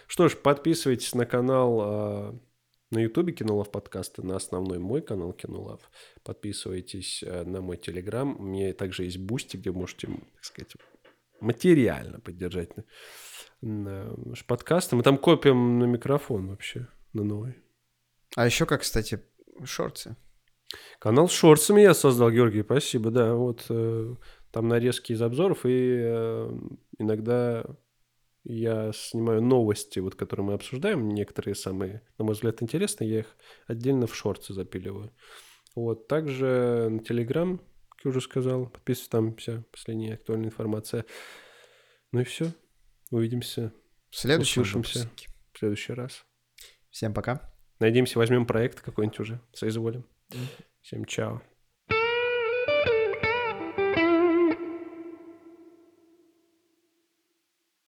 S1: Что ж, подписывайтесь на канал э, на Ютубе Кинулов подкасты, на основной мой канал Кинулов. Подписывайтесь э, на мой Телеграм. У меня также есть Бусти, где можете, м, так сказать, материально поддержать н- наш подкаст. А Мы там копим на микрофон вообще, на новый.
S2: А еще как, кстати, шорты.
S1: Канал с шорцами я создал, Георгий, спасибо, да. Вот э, там нарезки из обзоров, и э, иногда я снимаю новости, вот, которые мы обсуждаем, некоторые самые, на мой взгляд, интересные, я их отдельно в шорцы запиливаю. Вот, также на Телеграм, как я уже сказал, подписывайтесь, там вся последняя актуальная информация. Ну и все, увидимся
S2: В следующем
S1: Услышимся.
S2: выпуске.
S1: в следующий раз.
S2: Всем пока.
S1: Надеемся, возьмем проект какой-нибудь уже, соизволим. Всем чао.